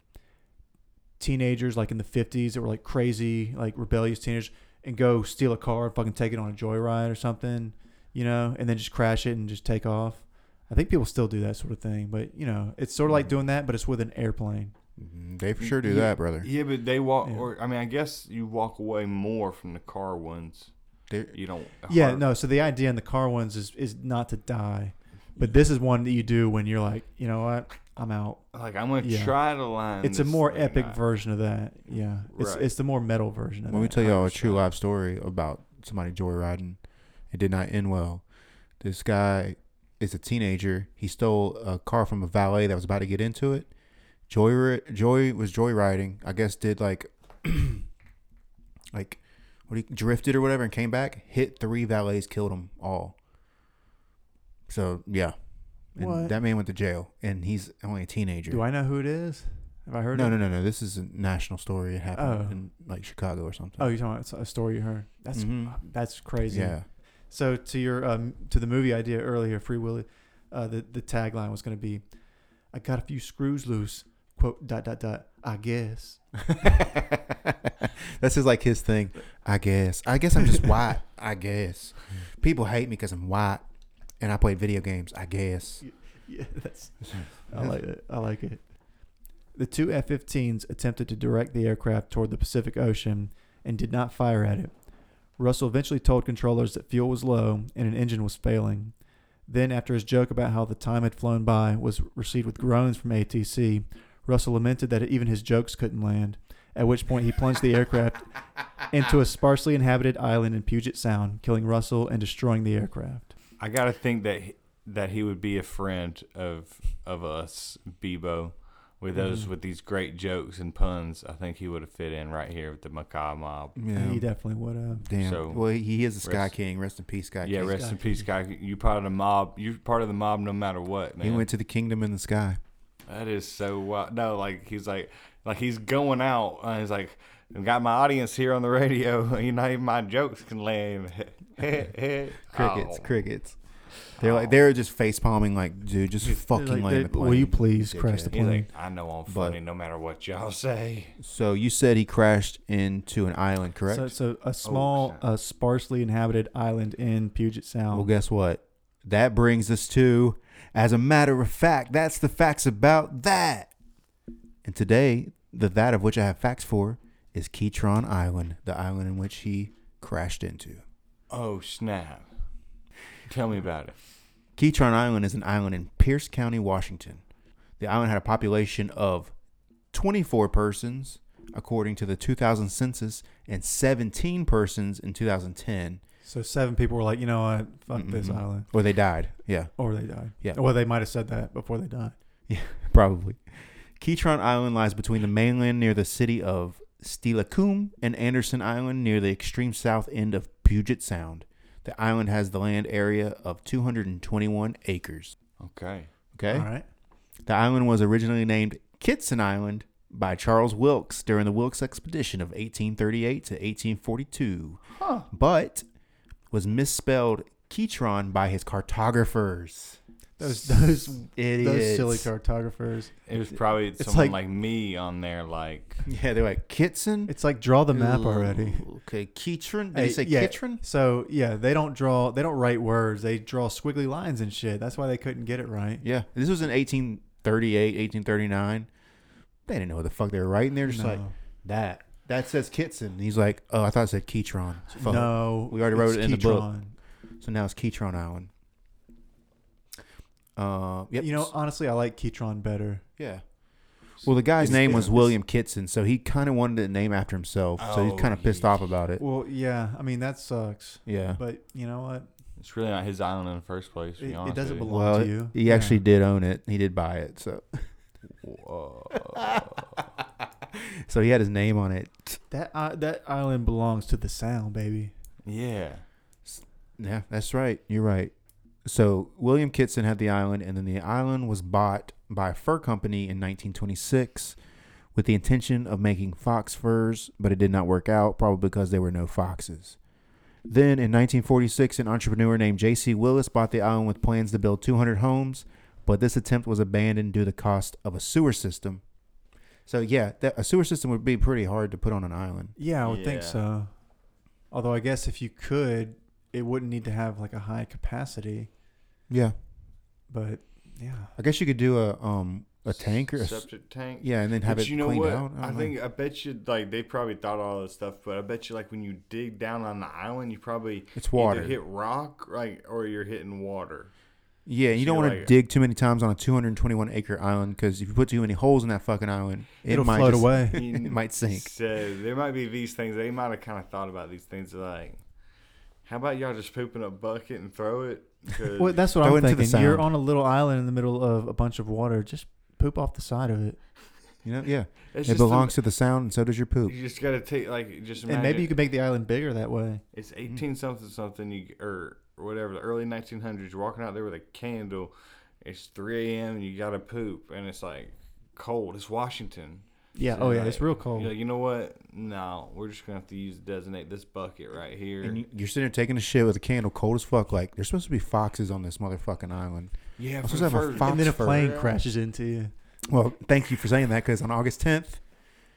S3: teenagers like in the fifties that were like crazy, like rebellious teenagers and go steal a car and fucking take it on a joyride or something, you know, and then just crash it and just take off. I think people still do that sort of thing, but you know, it's sort of
S7: Mm.
S3: like doing that, but it's with an airplane.
S5: they for sure do that, brother.
S7: Yeah, but they walk. Or I mean, I guess you walk away more from the car ones.
S5: They're-
S7: You don't.
S3: Yeah,
S7: hard-
S3: no. So the idea in the car ones is is not to die, but this is one that you do when you're like, you know what, I'm out.
S7: Like I'm gonna
S3: Yeah.
S7: try to line.
S3: It's a
S7: this
S3: more
S7: thing
S3: epic
S7: out.
S3: version of that. Yeah, it's
S7: Right.
S3: it's the more metal version of
S5: Let me
S3: that.
S5: tell y'all a true life story about somebody joyriding. It did not end well. This guy is a teenager. He stole a car from a valet that was about to get into it. Joy Joy was joyriding. I guess did like (clears throat) like what he drifted or whatever and came back. Hit three valets, killed them all. So yeah, and
S3: What?
S5: that man went to jail, and he's only a teenager.
S3: Do I know who it is? Have I heard?
S5: No,
S3: it?
S5: no, no, no. This is a national story. It happened
S3: Oh.
S5: in like Chicago or something.
S3: Oh, you're talking about it's a story you heard. That's uh,
S5: Mhm.
S3: that's crazy.
S5: yeah. (laughs)
S3: So to your um, to the movie idea earlier, Free Willy, uh, the the tagline was going to be, "I got a few screws loose." Quote dot dot dot. I guess. (laughs)
S5: That's just like his thing. I guess. I guess I'm just
S3: (laughs)
S5: white. I guess. People hate me because I'm white and I play video games.
S3: (laughs)
S5: I guess.
S3: Yeah, that's. I like it. I like it. The two F-15s attempted to direct the aircraft toward the Pacific Ocean and did not fire at it. Russell eventually told controllers that fuel was low and an engine was failing. Then, after his joke about how the time had flown by was received with groans from ATC, Russell lamented that even his jokes couldn't land. At which point, he plunged the aircraft into a sparsely inhabited island in Puget Sound, killing Russell and destroying the aircraft.
S7: I gotta think that he, that he would be a friend of of us, Bebo, with those
S5: Mm-hmm.
S7: with these great jokes and puns. I think he would have fit in right here with the Macaw Mob.
S5: Yeah.
S3: He definitely would have.
S5: Damn.
S7: So-
S5: well, he- he is the Sky
S7: Rest-
S5: King. Rest in peace, Sky
S7: Yeah,
S5: King.
S7: rest in peace, guy. You part of the mob. You're part of the mob, no matter what, man.
S5: He went to the kingdom in the sky.
S7: That is so wild. No, like he's like, like he's going out. And he's like, I've got my audience here on the radio. (laughs) You know, even my jokes can land. (laughs) Oh. Crickets,
S5: (laughs) Crickets, crickets. They're
S7: Oh.
S5: like they're just face palming like, dude, just fucking
S3: like,
S5: land
S3: they-
S5: the plane.
S3: will you please crash the
S5: dickhead."
S7: He's
S3: plane?
S7: like, I know I'm funny, no matter what y'all say.
S5: So you said he crashed into an island, correct?
S3: So, so a small, uh, sparsely inhabited island in Puget Sound.
S5: Well, guess what? That brings us to, as a matter of fact, that's the facts about that. And today, the that of which I have facts for is Keytron Island, the island in which he crashed into.
S7: Oh snap! Tell me about it.
S5: Keytron Island is an island in Pierce County, Washington. The island had a population of 24 persons, according to the 2000 census, and 17 persons in 2010,
S3: so seven people were like, you know what, fuck this island,
S5: Mm-hmm. or they died. Yeah.
S3: or they died.
S5: Yeah.
S3: Well, they might have said that before they died.
S5: Yeah, probably. Keytron Island lies between the mainland near the city of Steilacoom and Anderson Island near the extreme south end of Puget Sound. The island has the land area of 221 acres.
S7: Okay.
S5: Okay.
S3: All right.
S5: The island was originally named Kitson Island by Charles Wilkes during the Wilkes Expedition of 1838 to 1842, but was misspelled Keytron by his cartographers.
S3: Those those those
S5: Idiots.
S3: silly cartographers.
S6: It was probably
S3: It's
S6: someone
S3: like-
S6: like, me on there, like
S5: Yeah, they're like Kitson.
S3: It's like draw the map already.
S5: Ooh, Okay, Kitron. Did
S3: Hey,
S5: he say
S3: yeah,
S5: Kitron?
S3: So yeah, they don't draw. They don't write words. They draw squiggly lines and shit. That's why they couldn't get it right.
S5: Yeah, this was in 1838, 1839. They didn't know what the fuck they were writing. They're just like
S3: No.
S5: that. That says Kitson. And he's like, oh, I thought it said Keytron. So fuck.
S3: No,
S5: we already wrote
S3: it's
S5: it in the book.
S3: Keytron.
S5: So now it's Keytron Island. Uh, yep.
S3: You know, honestly, I like Keytron better.
S5: yeah. Well, the guy's
S6: It's-
S5: name
S6: yeah,
S5: was
S6: it's-
S5: William Kitson, so he kind of wanted a name after himself. so he's
S6: Oh,
S5: kind of pissed
S6: yeah.
S5: off about it.
S3: Well, yeah. I mean, that sucks.
S5: Yeah.
S3: But you know what?
S6: it's really not his island in the first place. To
S3: It-
S6: be
S3: it
S6: honest
S3: doesn't
S6: with you.
S3: belong
S5: well,
S3: to you.
S5: he
S3: Yeah.
S5: actually did own it. He did buy it. So, so he had his name on it.
S3: That I that island belongs to the Sound, baby.
S6: Yeah,
S5: Yeah, that's right. You're right. So William Kitson had the island, and then the island was bought by a fur company in 1926 with the intention of making fox furs, but it did not work out, probably because there were no foxes. Then in 1946, an entrepreneur named J.C. Willis bought the island with plans to build 200 homes, but this attempt was abandoned due to the cost of a sewer system. So yeah, that, a sewer system would be pretty hard to put on an island.
S3: Yeah, I would think
S6: Yeah.
S3: so. Although I guess if you could, it wouldn't need to have like a high capacity.
S5: Yeah,
S3: But yeah,
S5: I guess you could do a um a tank or a, s-
S7: septic tank.
S5: Yeah, and then have
S7: But
S5: it
S7: you know
S5: cleaned
S7: what?
S5: out.
S7: I,
S5: don't know.
S7: think I bet you like they probably thought all this stuff, but I bet you like when you dig down on the island, you probably
S5: It's water.
S7: either hit rock like or you're hitting water.
S5: Yeah, and you don't
S7: so you're
S5: want to
S7: like-
S5: dig too many times on a 221 acre island because if you put too many holes in that fucking island, it
S3: it'll
S5: might
S3: float
S5: just-
S3: away.
S5: (laughs) It might sink.
S7: So there might be these things they might have kind of thought about these things like, how about y'all just poop in a bucket and throw it? 'Cause-
S3: (laughs) Well, that's what
S5: Throw
S3: I'm
S5: it into the
S3: thinking. You're
S5: sound.
S3: on a little island in the middle of a bunch of water. Just poop off the side of it,
S5: You know, yeah,
S7: It's
S5: it
S7: just a-
S5: belongs to the sound, and so does your poop.
S7: you just gotta take like just imagine,
S3: and maybe you could make the island bigger that way.
S7: It's 18 something something you or whatever the early 1900s. You're walking out there with a candle. It's 3 a.m. and you gotta poop, and it's like cold. It's Washington.
S3: Yeah.
S7: So
S3: Oh
S7: you're
S3: yeah, it's
S7: like-
S3: real cold.
S7: You're like, you know what? No, we're just gonna have to use designate this bucket right here.
S5: And you- you're sitting there taking a shit with a candle, cold as fuck. Like there's supposed to be foxes on this motherfucking island.
S7: yeah,
S5: I'm
S7: for
S5: supposed to have a
S7: first-
S5: fox
S3: and then a
S5: fur.
S3: plane crashes into you.
S5: Well, thank you for saying that because on August 10th,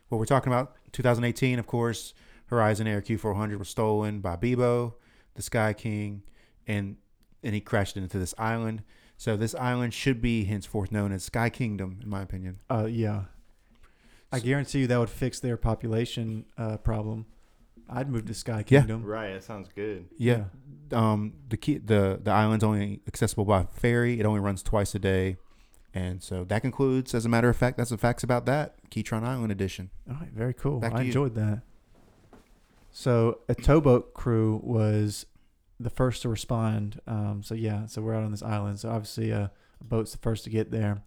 S5: what we're talking about, 2018, of course, Horizon Air Q400 was stolen by Bebo, the Sky King, and and he crashed into this island. So this island should be henceforth known as Sky Kingdom, in my opinion.
S3: Uh, yeah. I guarantee you that would fix their population uh, problem. I'd move to Sky
S5: Yeah.
S3: Kingdom.
S7: Right, that sounds good.
S5: Yeah. Um. The key, the the island's only accessible by ferry. It only runs twice a day, and so that concludes. As a matter of fact, that's the facts about that Keytron Island edition.
S3: All right, very cool.
S5: Back to
S3: I
S5: you.
S3: enjoyed that. So a towboat crew was the first to respond. Um, so yeah, so we're out on this island. So obviously, uh, a boat's the first to get there.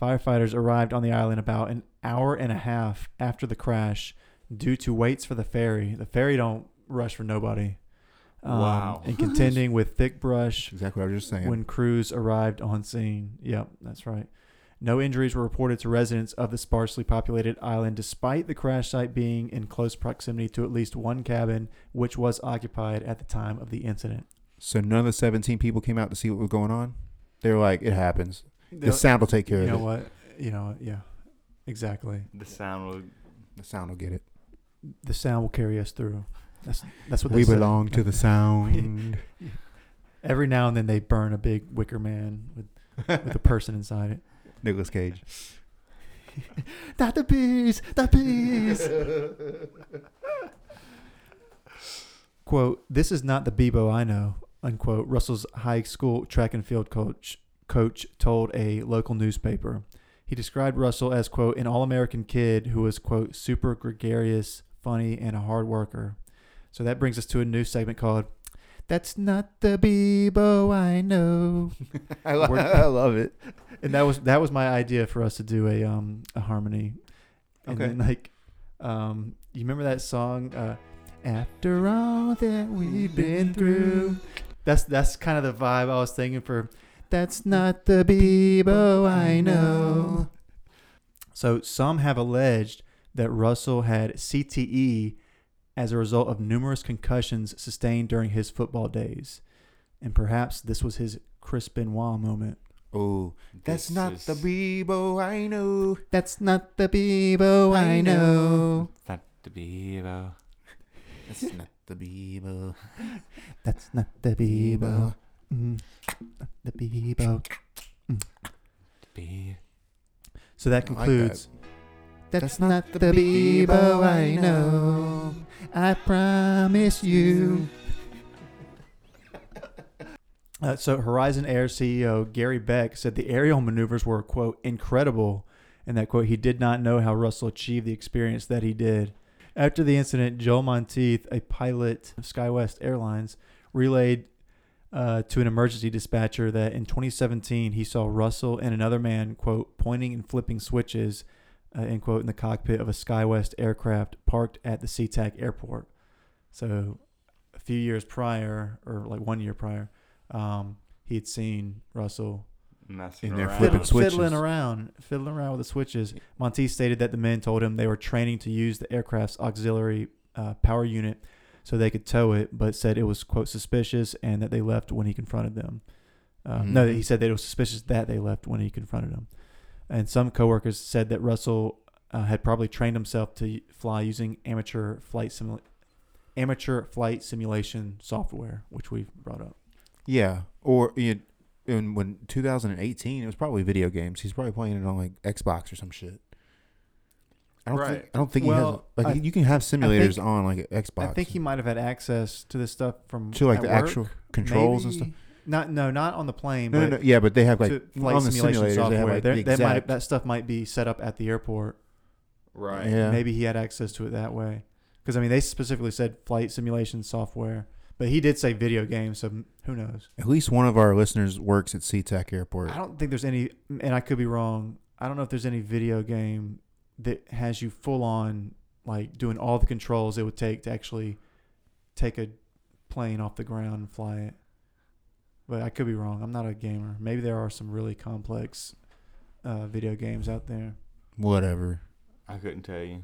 S3: Firefighters arrived on the island about an hour and a half after the crash, due to waits for the ferry. The ferry don't rush for nobody. Um,
S7: Wow.
S3: And contending with thick brush,
S5: Exactly what I was just saying.
S3: when crews arrived on scene. Yep, that's right. No injuries were reported to residents of the sparsely populated island, despite the crash site being in close proximity to at least one cabin, which was occupied at the time of the incident.
S5: So none of the 17 people came out to see what was going on. They're like, it happens. the sound will take care
S3: you
S5: of
S3: know
S5: it.
S3: what? You know, yeah, exactly.
S7: The sound was
S5: The sound will get it.
S3: The sound will carry us through. That's that's what
S5: We
S3: they say.
S5: belong to the sound.
S3: Every now and then they burn a big wicker man with with a person inside it.
S5: Nicholas Cage.
S3: Not the bees, the bees. (laughs) Quote, this is not the Bebo I know, unquote, Russell's high school track and field coach coach told a local newspaper. He described Russell as, quote, an all American kid who was, quote, super gregarious, funny, and a hard worker. So that brings us to a new segment called That's Not the Bebo I Know.
S5: I, lo-
S3: We're-
S5: I love it.
S3: and that was that was my idea for us to do a um a harmony. And
S5: Okay.
S3: then like um you remember that song uh after all that we've been through that's that's kind of the vibe I was thinking for that's not the Bebo I know. So some have alleged that Russell had CTE as a result of numerous concussions sustained during his football days. And perhaps this was his Chris Benoit moment.
S5: (laughs) Oh, that's
S7: This
S5: not the
S7: is-
S5: Bebo I know.
S3: That's not the Bebo I know.
S7: Not to be about.
S5: That's not the Bebo.
S3: That's not the Bebo. Mm. The Bebo.
S7: Be.
S3: So that
S5: I like that.
S3: concludes. That's, not, the Bebo I know. I promise you. Uh, so Horizon Air CEO Gary Beck said the aerial maneuvers were quote incredible, and that quote he did not know how Russell achieved the experience that he did. After the incident, Joel Monteith, a pilot of SkyWest Airlines, relayed uh, to an emergency dispatcher that in 2017 he saw Russell and another man quote pointing and flipping switches uh, end quote in the cockpit of a SkyWest aircraft parked at the SeaTac airport. So a few years prior, or like one year prior, um, he had seen Russell
S7: Messing
S5: In their
S7: around.
S5: flipping
S3: fiddling,
S5: switches.
S3: fiddling around, fiddling around with the switches. Monteith stated that the men told him they were training to use the aircraft's auxiliary uh, power unit so they could tow it, but said it was quote suspicious and that they left when he confronted them. Uh, No,
S5: Mhm.
S3: he said that it was suspicious that they left when he confronted them. And some coworkers said that Russell uh, had probably trained himself to fly using amateur flight simula- amateur flight simulation software, which we've brought up.
S5: Yeah, or in, in when 2018, it was probably video games. He's probably playing it on like Xbox or some shit. I don't think
S7: Right.
S5: I don't think
S3: Well,
S5: he has like
S3: I-
S5: you can have simulators
S3: think-
S5: on like Xbox.
S3: I think he might have had access to this stuff from
S5: to like
S3: at
S5: the
S3: work,
S5: actual controls and
S3: maybe.
S5: stuff.
S3: Not no, not on the plane,
S5: No,
S3: but
S5: no, no, yeah, but they have like
S3: to flight
S5: on the
S3: simulation
S5: simulators. They
S3: software.
S5: have like
S3: There-
S5: the
S3: that might
S5: exact,
S3: that stuff might be set up at the airport.
S7: Right.
S5: yeah.
S3: Maybe he had access to it that way. Because I mean, they specifically said flight simulation software, but he did say video games, so m- who knows?
S5: At least one of our listeners works at SeaTac Airport.
S3: I don't think there's any, and I could be wrong. I don't know if there's any video game that has you full on like doing all the controls it would take to actually take a plane off the ground and fly it. But I could be wrong. I'm not a gamer. Maybe there are some really complex uh, video games out there.
S5: Whatever.
S7: I couldn't tell you.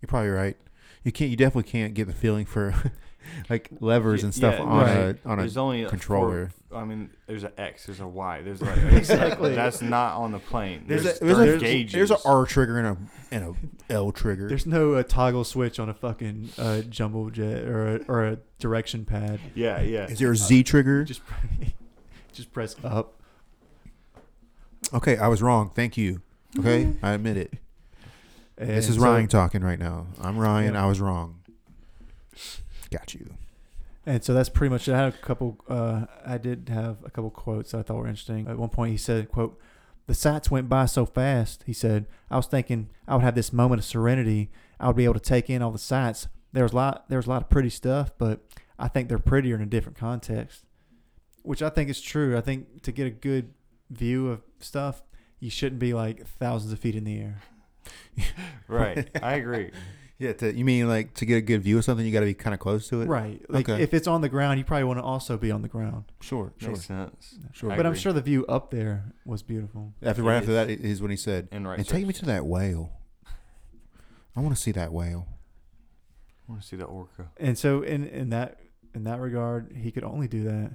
S5: You're probably right. You can't. You definitely can't get the feeling for (laughs) like levers and stuff
S7: Yeah,
S5: on
S3: right.
S5: a on a
S7: There's only a
S5: controller.
S7: four- I mean, there's an X, there's a Y, there's (laughs) like a-
S3: Exactly.
S7: That's not on the plane.
S5: There's, a
S7: there's,
S5: there's, a
S7: gauges.
S5: there's a R trigger and a and a L trigger.
S3: There's no uh, toggle switch on a fucking uh, jumbo jet or a, or a direction pad.
S5: (laughs)
S7: Yeah, yeah.
S5: Is there a Z trigger?
S3: uh, Just (laughs) just press up.
S5: okay, I was wrong. Thank you. Okay, I admit it. This
S3: And
S5: is
S3: Mm-hmm. so-
S5: Ryan talking right now. I'm Ryan.
S3: Yeah.
S5: I was wrong. Got you.
S3: And so that's pretty much it. I had a couple. Uh, I did have a couple quotes that I thought were interesting. At one point, he said, "quote The sights went by so fast." He said, "I was thinking I would have this moment of serenity. I would be able to take in all the sights. There was a lot. There was a lot of pretty stuff, but I think they're prettier in a different context." Which I think is true. I think to get a good view of stuff, you shouldn't be like thousands of feet in the air.
S7: right. I agree.
S5: Yeah, to, you mean like to get a good view of something, you got to be kind of close to it.
S3: Right. Like
S5: Okay.
S3: if it's on the ground, you probably want to also be on the ground.
S5: Sure. Sure.
S7: Makes sense.
S5: Sure.
S7: I
S3: but I'm
S7: agree.
S3: sure the view up there was beautiful.
S5: After right after that is when he said,
S7: And right
S5: "And take me
S7: surface.
S5: to that whale. I want to see that whale."
S7: I want to see the orca.
S3: And so in in that in that regard, he could only do that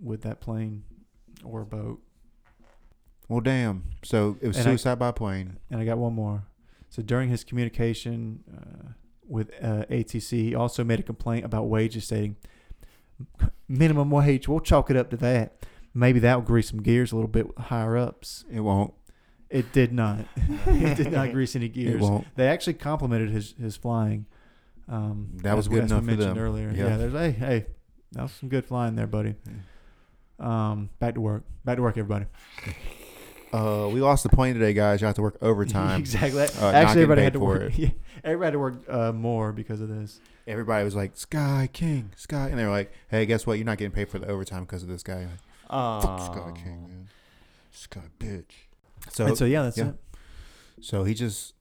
S3: with that plane or boat.
S5: Well, damn. So it was
S3: And I-
S5: suicide by plane.
S3: And I got one more. So during his communication uh, with uh, ATC, he also made a complaint about wages, stating, "Minimum wage. We'll chalk it up to that. Maybe that will grease some gears a little bit with higher ups."
S5: It won't.
S3: It did not. (laughs) it did not grease any
S5: It
S3: gears.
S5: won't.
S3: They actually complimented his his flying. Um,
S5: That was
S3: as-
S5: good
S3: as
S5: enough
S3: we
S5: for
S3: mentioned
S5: them.
S3: earlier.
S5: Yeah.
S3: Yeah. there's hey hey, that was some good flying there, buddy. Um, back to work. Back to work, everybody.
S5: Uh, we lost the plane today, guys. You have to work overtime.
S3: (laughs)
S5: Uh,
S3: exactly.
S5: not
S3: Actually,
S5: getting
S3: everybody had
S5: paid
S3: to
S5: for
S3: work.
S5: it.
S3: (laughs) Yeah, everybody had to work uh, more because of this.
S5: Everybody was like, "Sky King, Sky," and they were like, "Hey, guess what? You're not getting paid for the overtime because of this guy." Like, Fuck
S7: Um,
S5: Sky King, man. Sky bitch. So
S3: Oh. and so yeah, that's
S5: yeah.
S3: it.
S5: so he just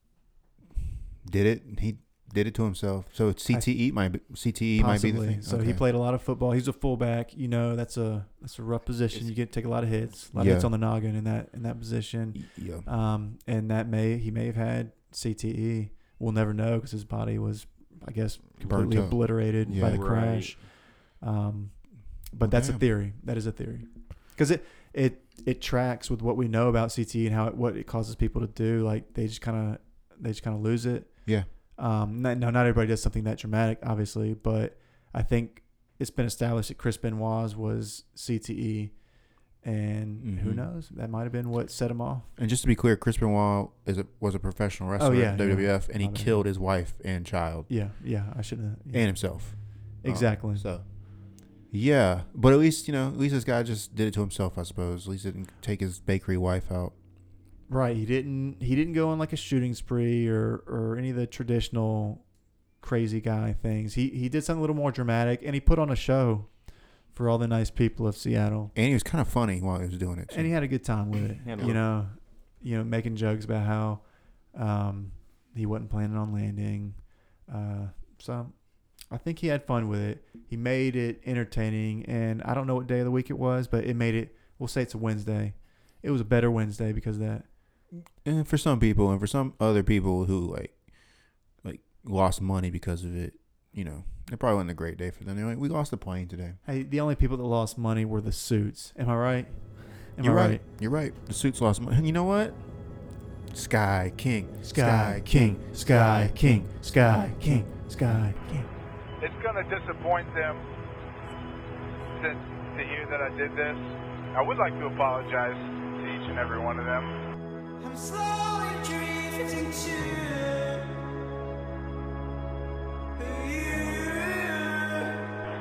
S5: did it. He did it to himself. So CTE E might be, CTE might be the
S3: Possibly.
S5: thing.
S3: So
S5: Okay.
S3: he played a lot of football. He's a fullback. You know, that's a that's a rough position. you get to take a lot of hits. A lot
S5: Yeah.
S3: of hits on the noggin in that in that position.
S5: Yeah.
S3: um, and that may he may have had CTE. We'll never know because his body was, I guess, completely
S5: up.
S3: obliterated
S5: Yeah.
S3: by
S5: Oh,
S3: the
S7: Right.
S3: crash. Um, but that's a
S5: damn.
S3: theory. That is a theory. Because it it it tracks with what we know about CTE and how it, what it causes people to do. Like they just kind of they just kind of lose it.
S5: Yeah.
S3: Um. Not, no, not everybody does something that dramatic, obviously, but I think it's been established that Chris Benoit's was CTE, and who
S5: Mhm.
S3: knows? That might have been what set him off.
S5: And just to be clear, Chris Benoit is a, was a professional wrestler
S3: Oh, yeah,
S5: at
S3: yeah.
S5: WWF, and
S3: I
S5: he
S3: know.
S5: killed his wife and child
S3: Yeah. Yeah. I shouldn't. have- Yeah,
S5: and himself. Um,
S3: exactly.
S5: so, yeah, but at least you know, at least this guy just did it to himself, I suppose. At least he didn't take his bakery wife out.
S3: Right. He didn't. He didn't go on like a shooting spree or or any of the traditional crazy guy things. He he did something a little more dramatic, and he put on a show for all the nice people of Seattle,
S5: And he was kind of funny while he was doing it. too.
S3: and he had a good time with it.
S6: Yeah,
S3: you know, you know, making jokes about how um, he wasn't planning on landing. Uh, so I think he had fun with it. He made it entertaining, and I don't know what day of the week it was, but it made it. We'll say it's a Wednesday. It was a better Wednesday because of that.
S5: and for some people, and for some other people who like like lost money because of it, you know, it probably wasn't a great day for them. They're like, we lost the plane today.
S3: Hey, the only people that lost money were the suits. Am I right? Am
S5: You're
S3: I
S5: right. You're right. The suits lost money. And (laughs) you know what? Sky King.
S3: Sky King, Sky King, Sky King, Sky King.
S8: it's going to disappoint them to, to hear that I did this. I would like to apologize to each and every one of them.
S1: I'm slowly drifting to you.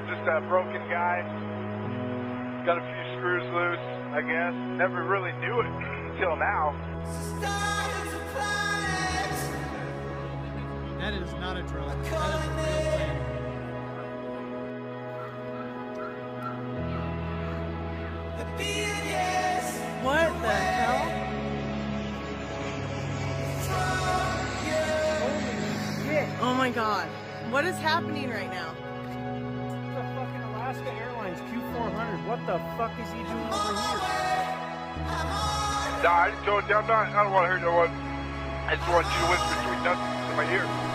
S8: Just a broken guy, got a few screws loose, I guess. Never really knew it (clears throat) until now.
S10: That is not a drone. That is a real plane.
S1: What the hell? Oh my god. What is happening right now?
S10: The fucking Alaska Airlines Q400. What the fuck is he doing over here?
S8: Nah, I told you I'm not, I don't want to hear no one. I just want you to whisper sweet nothings to my ear.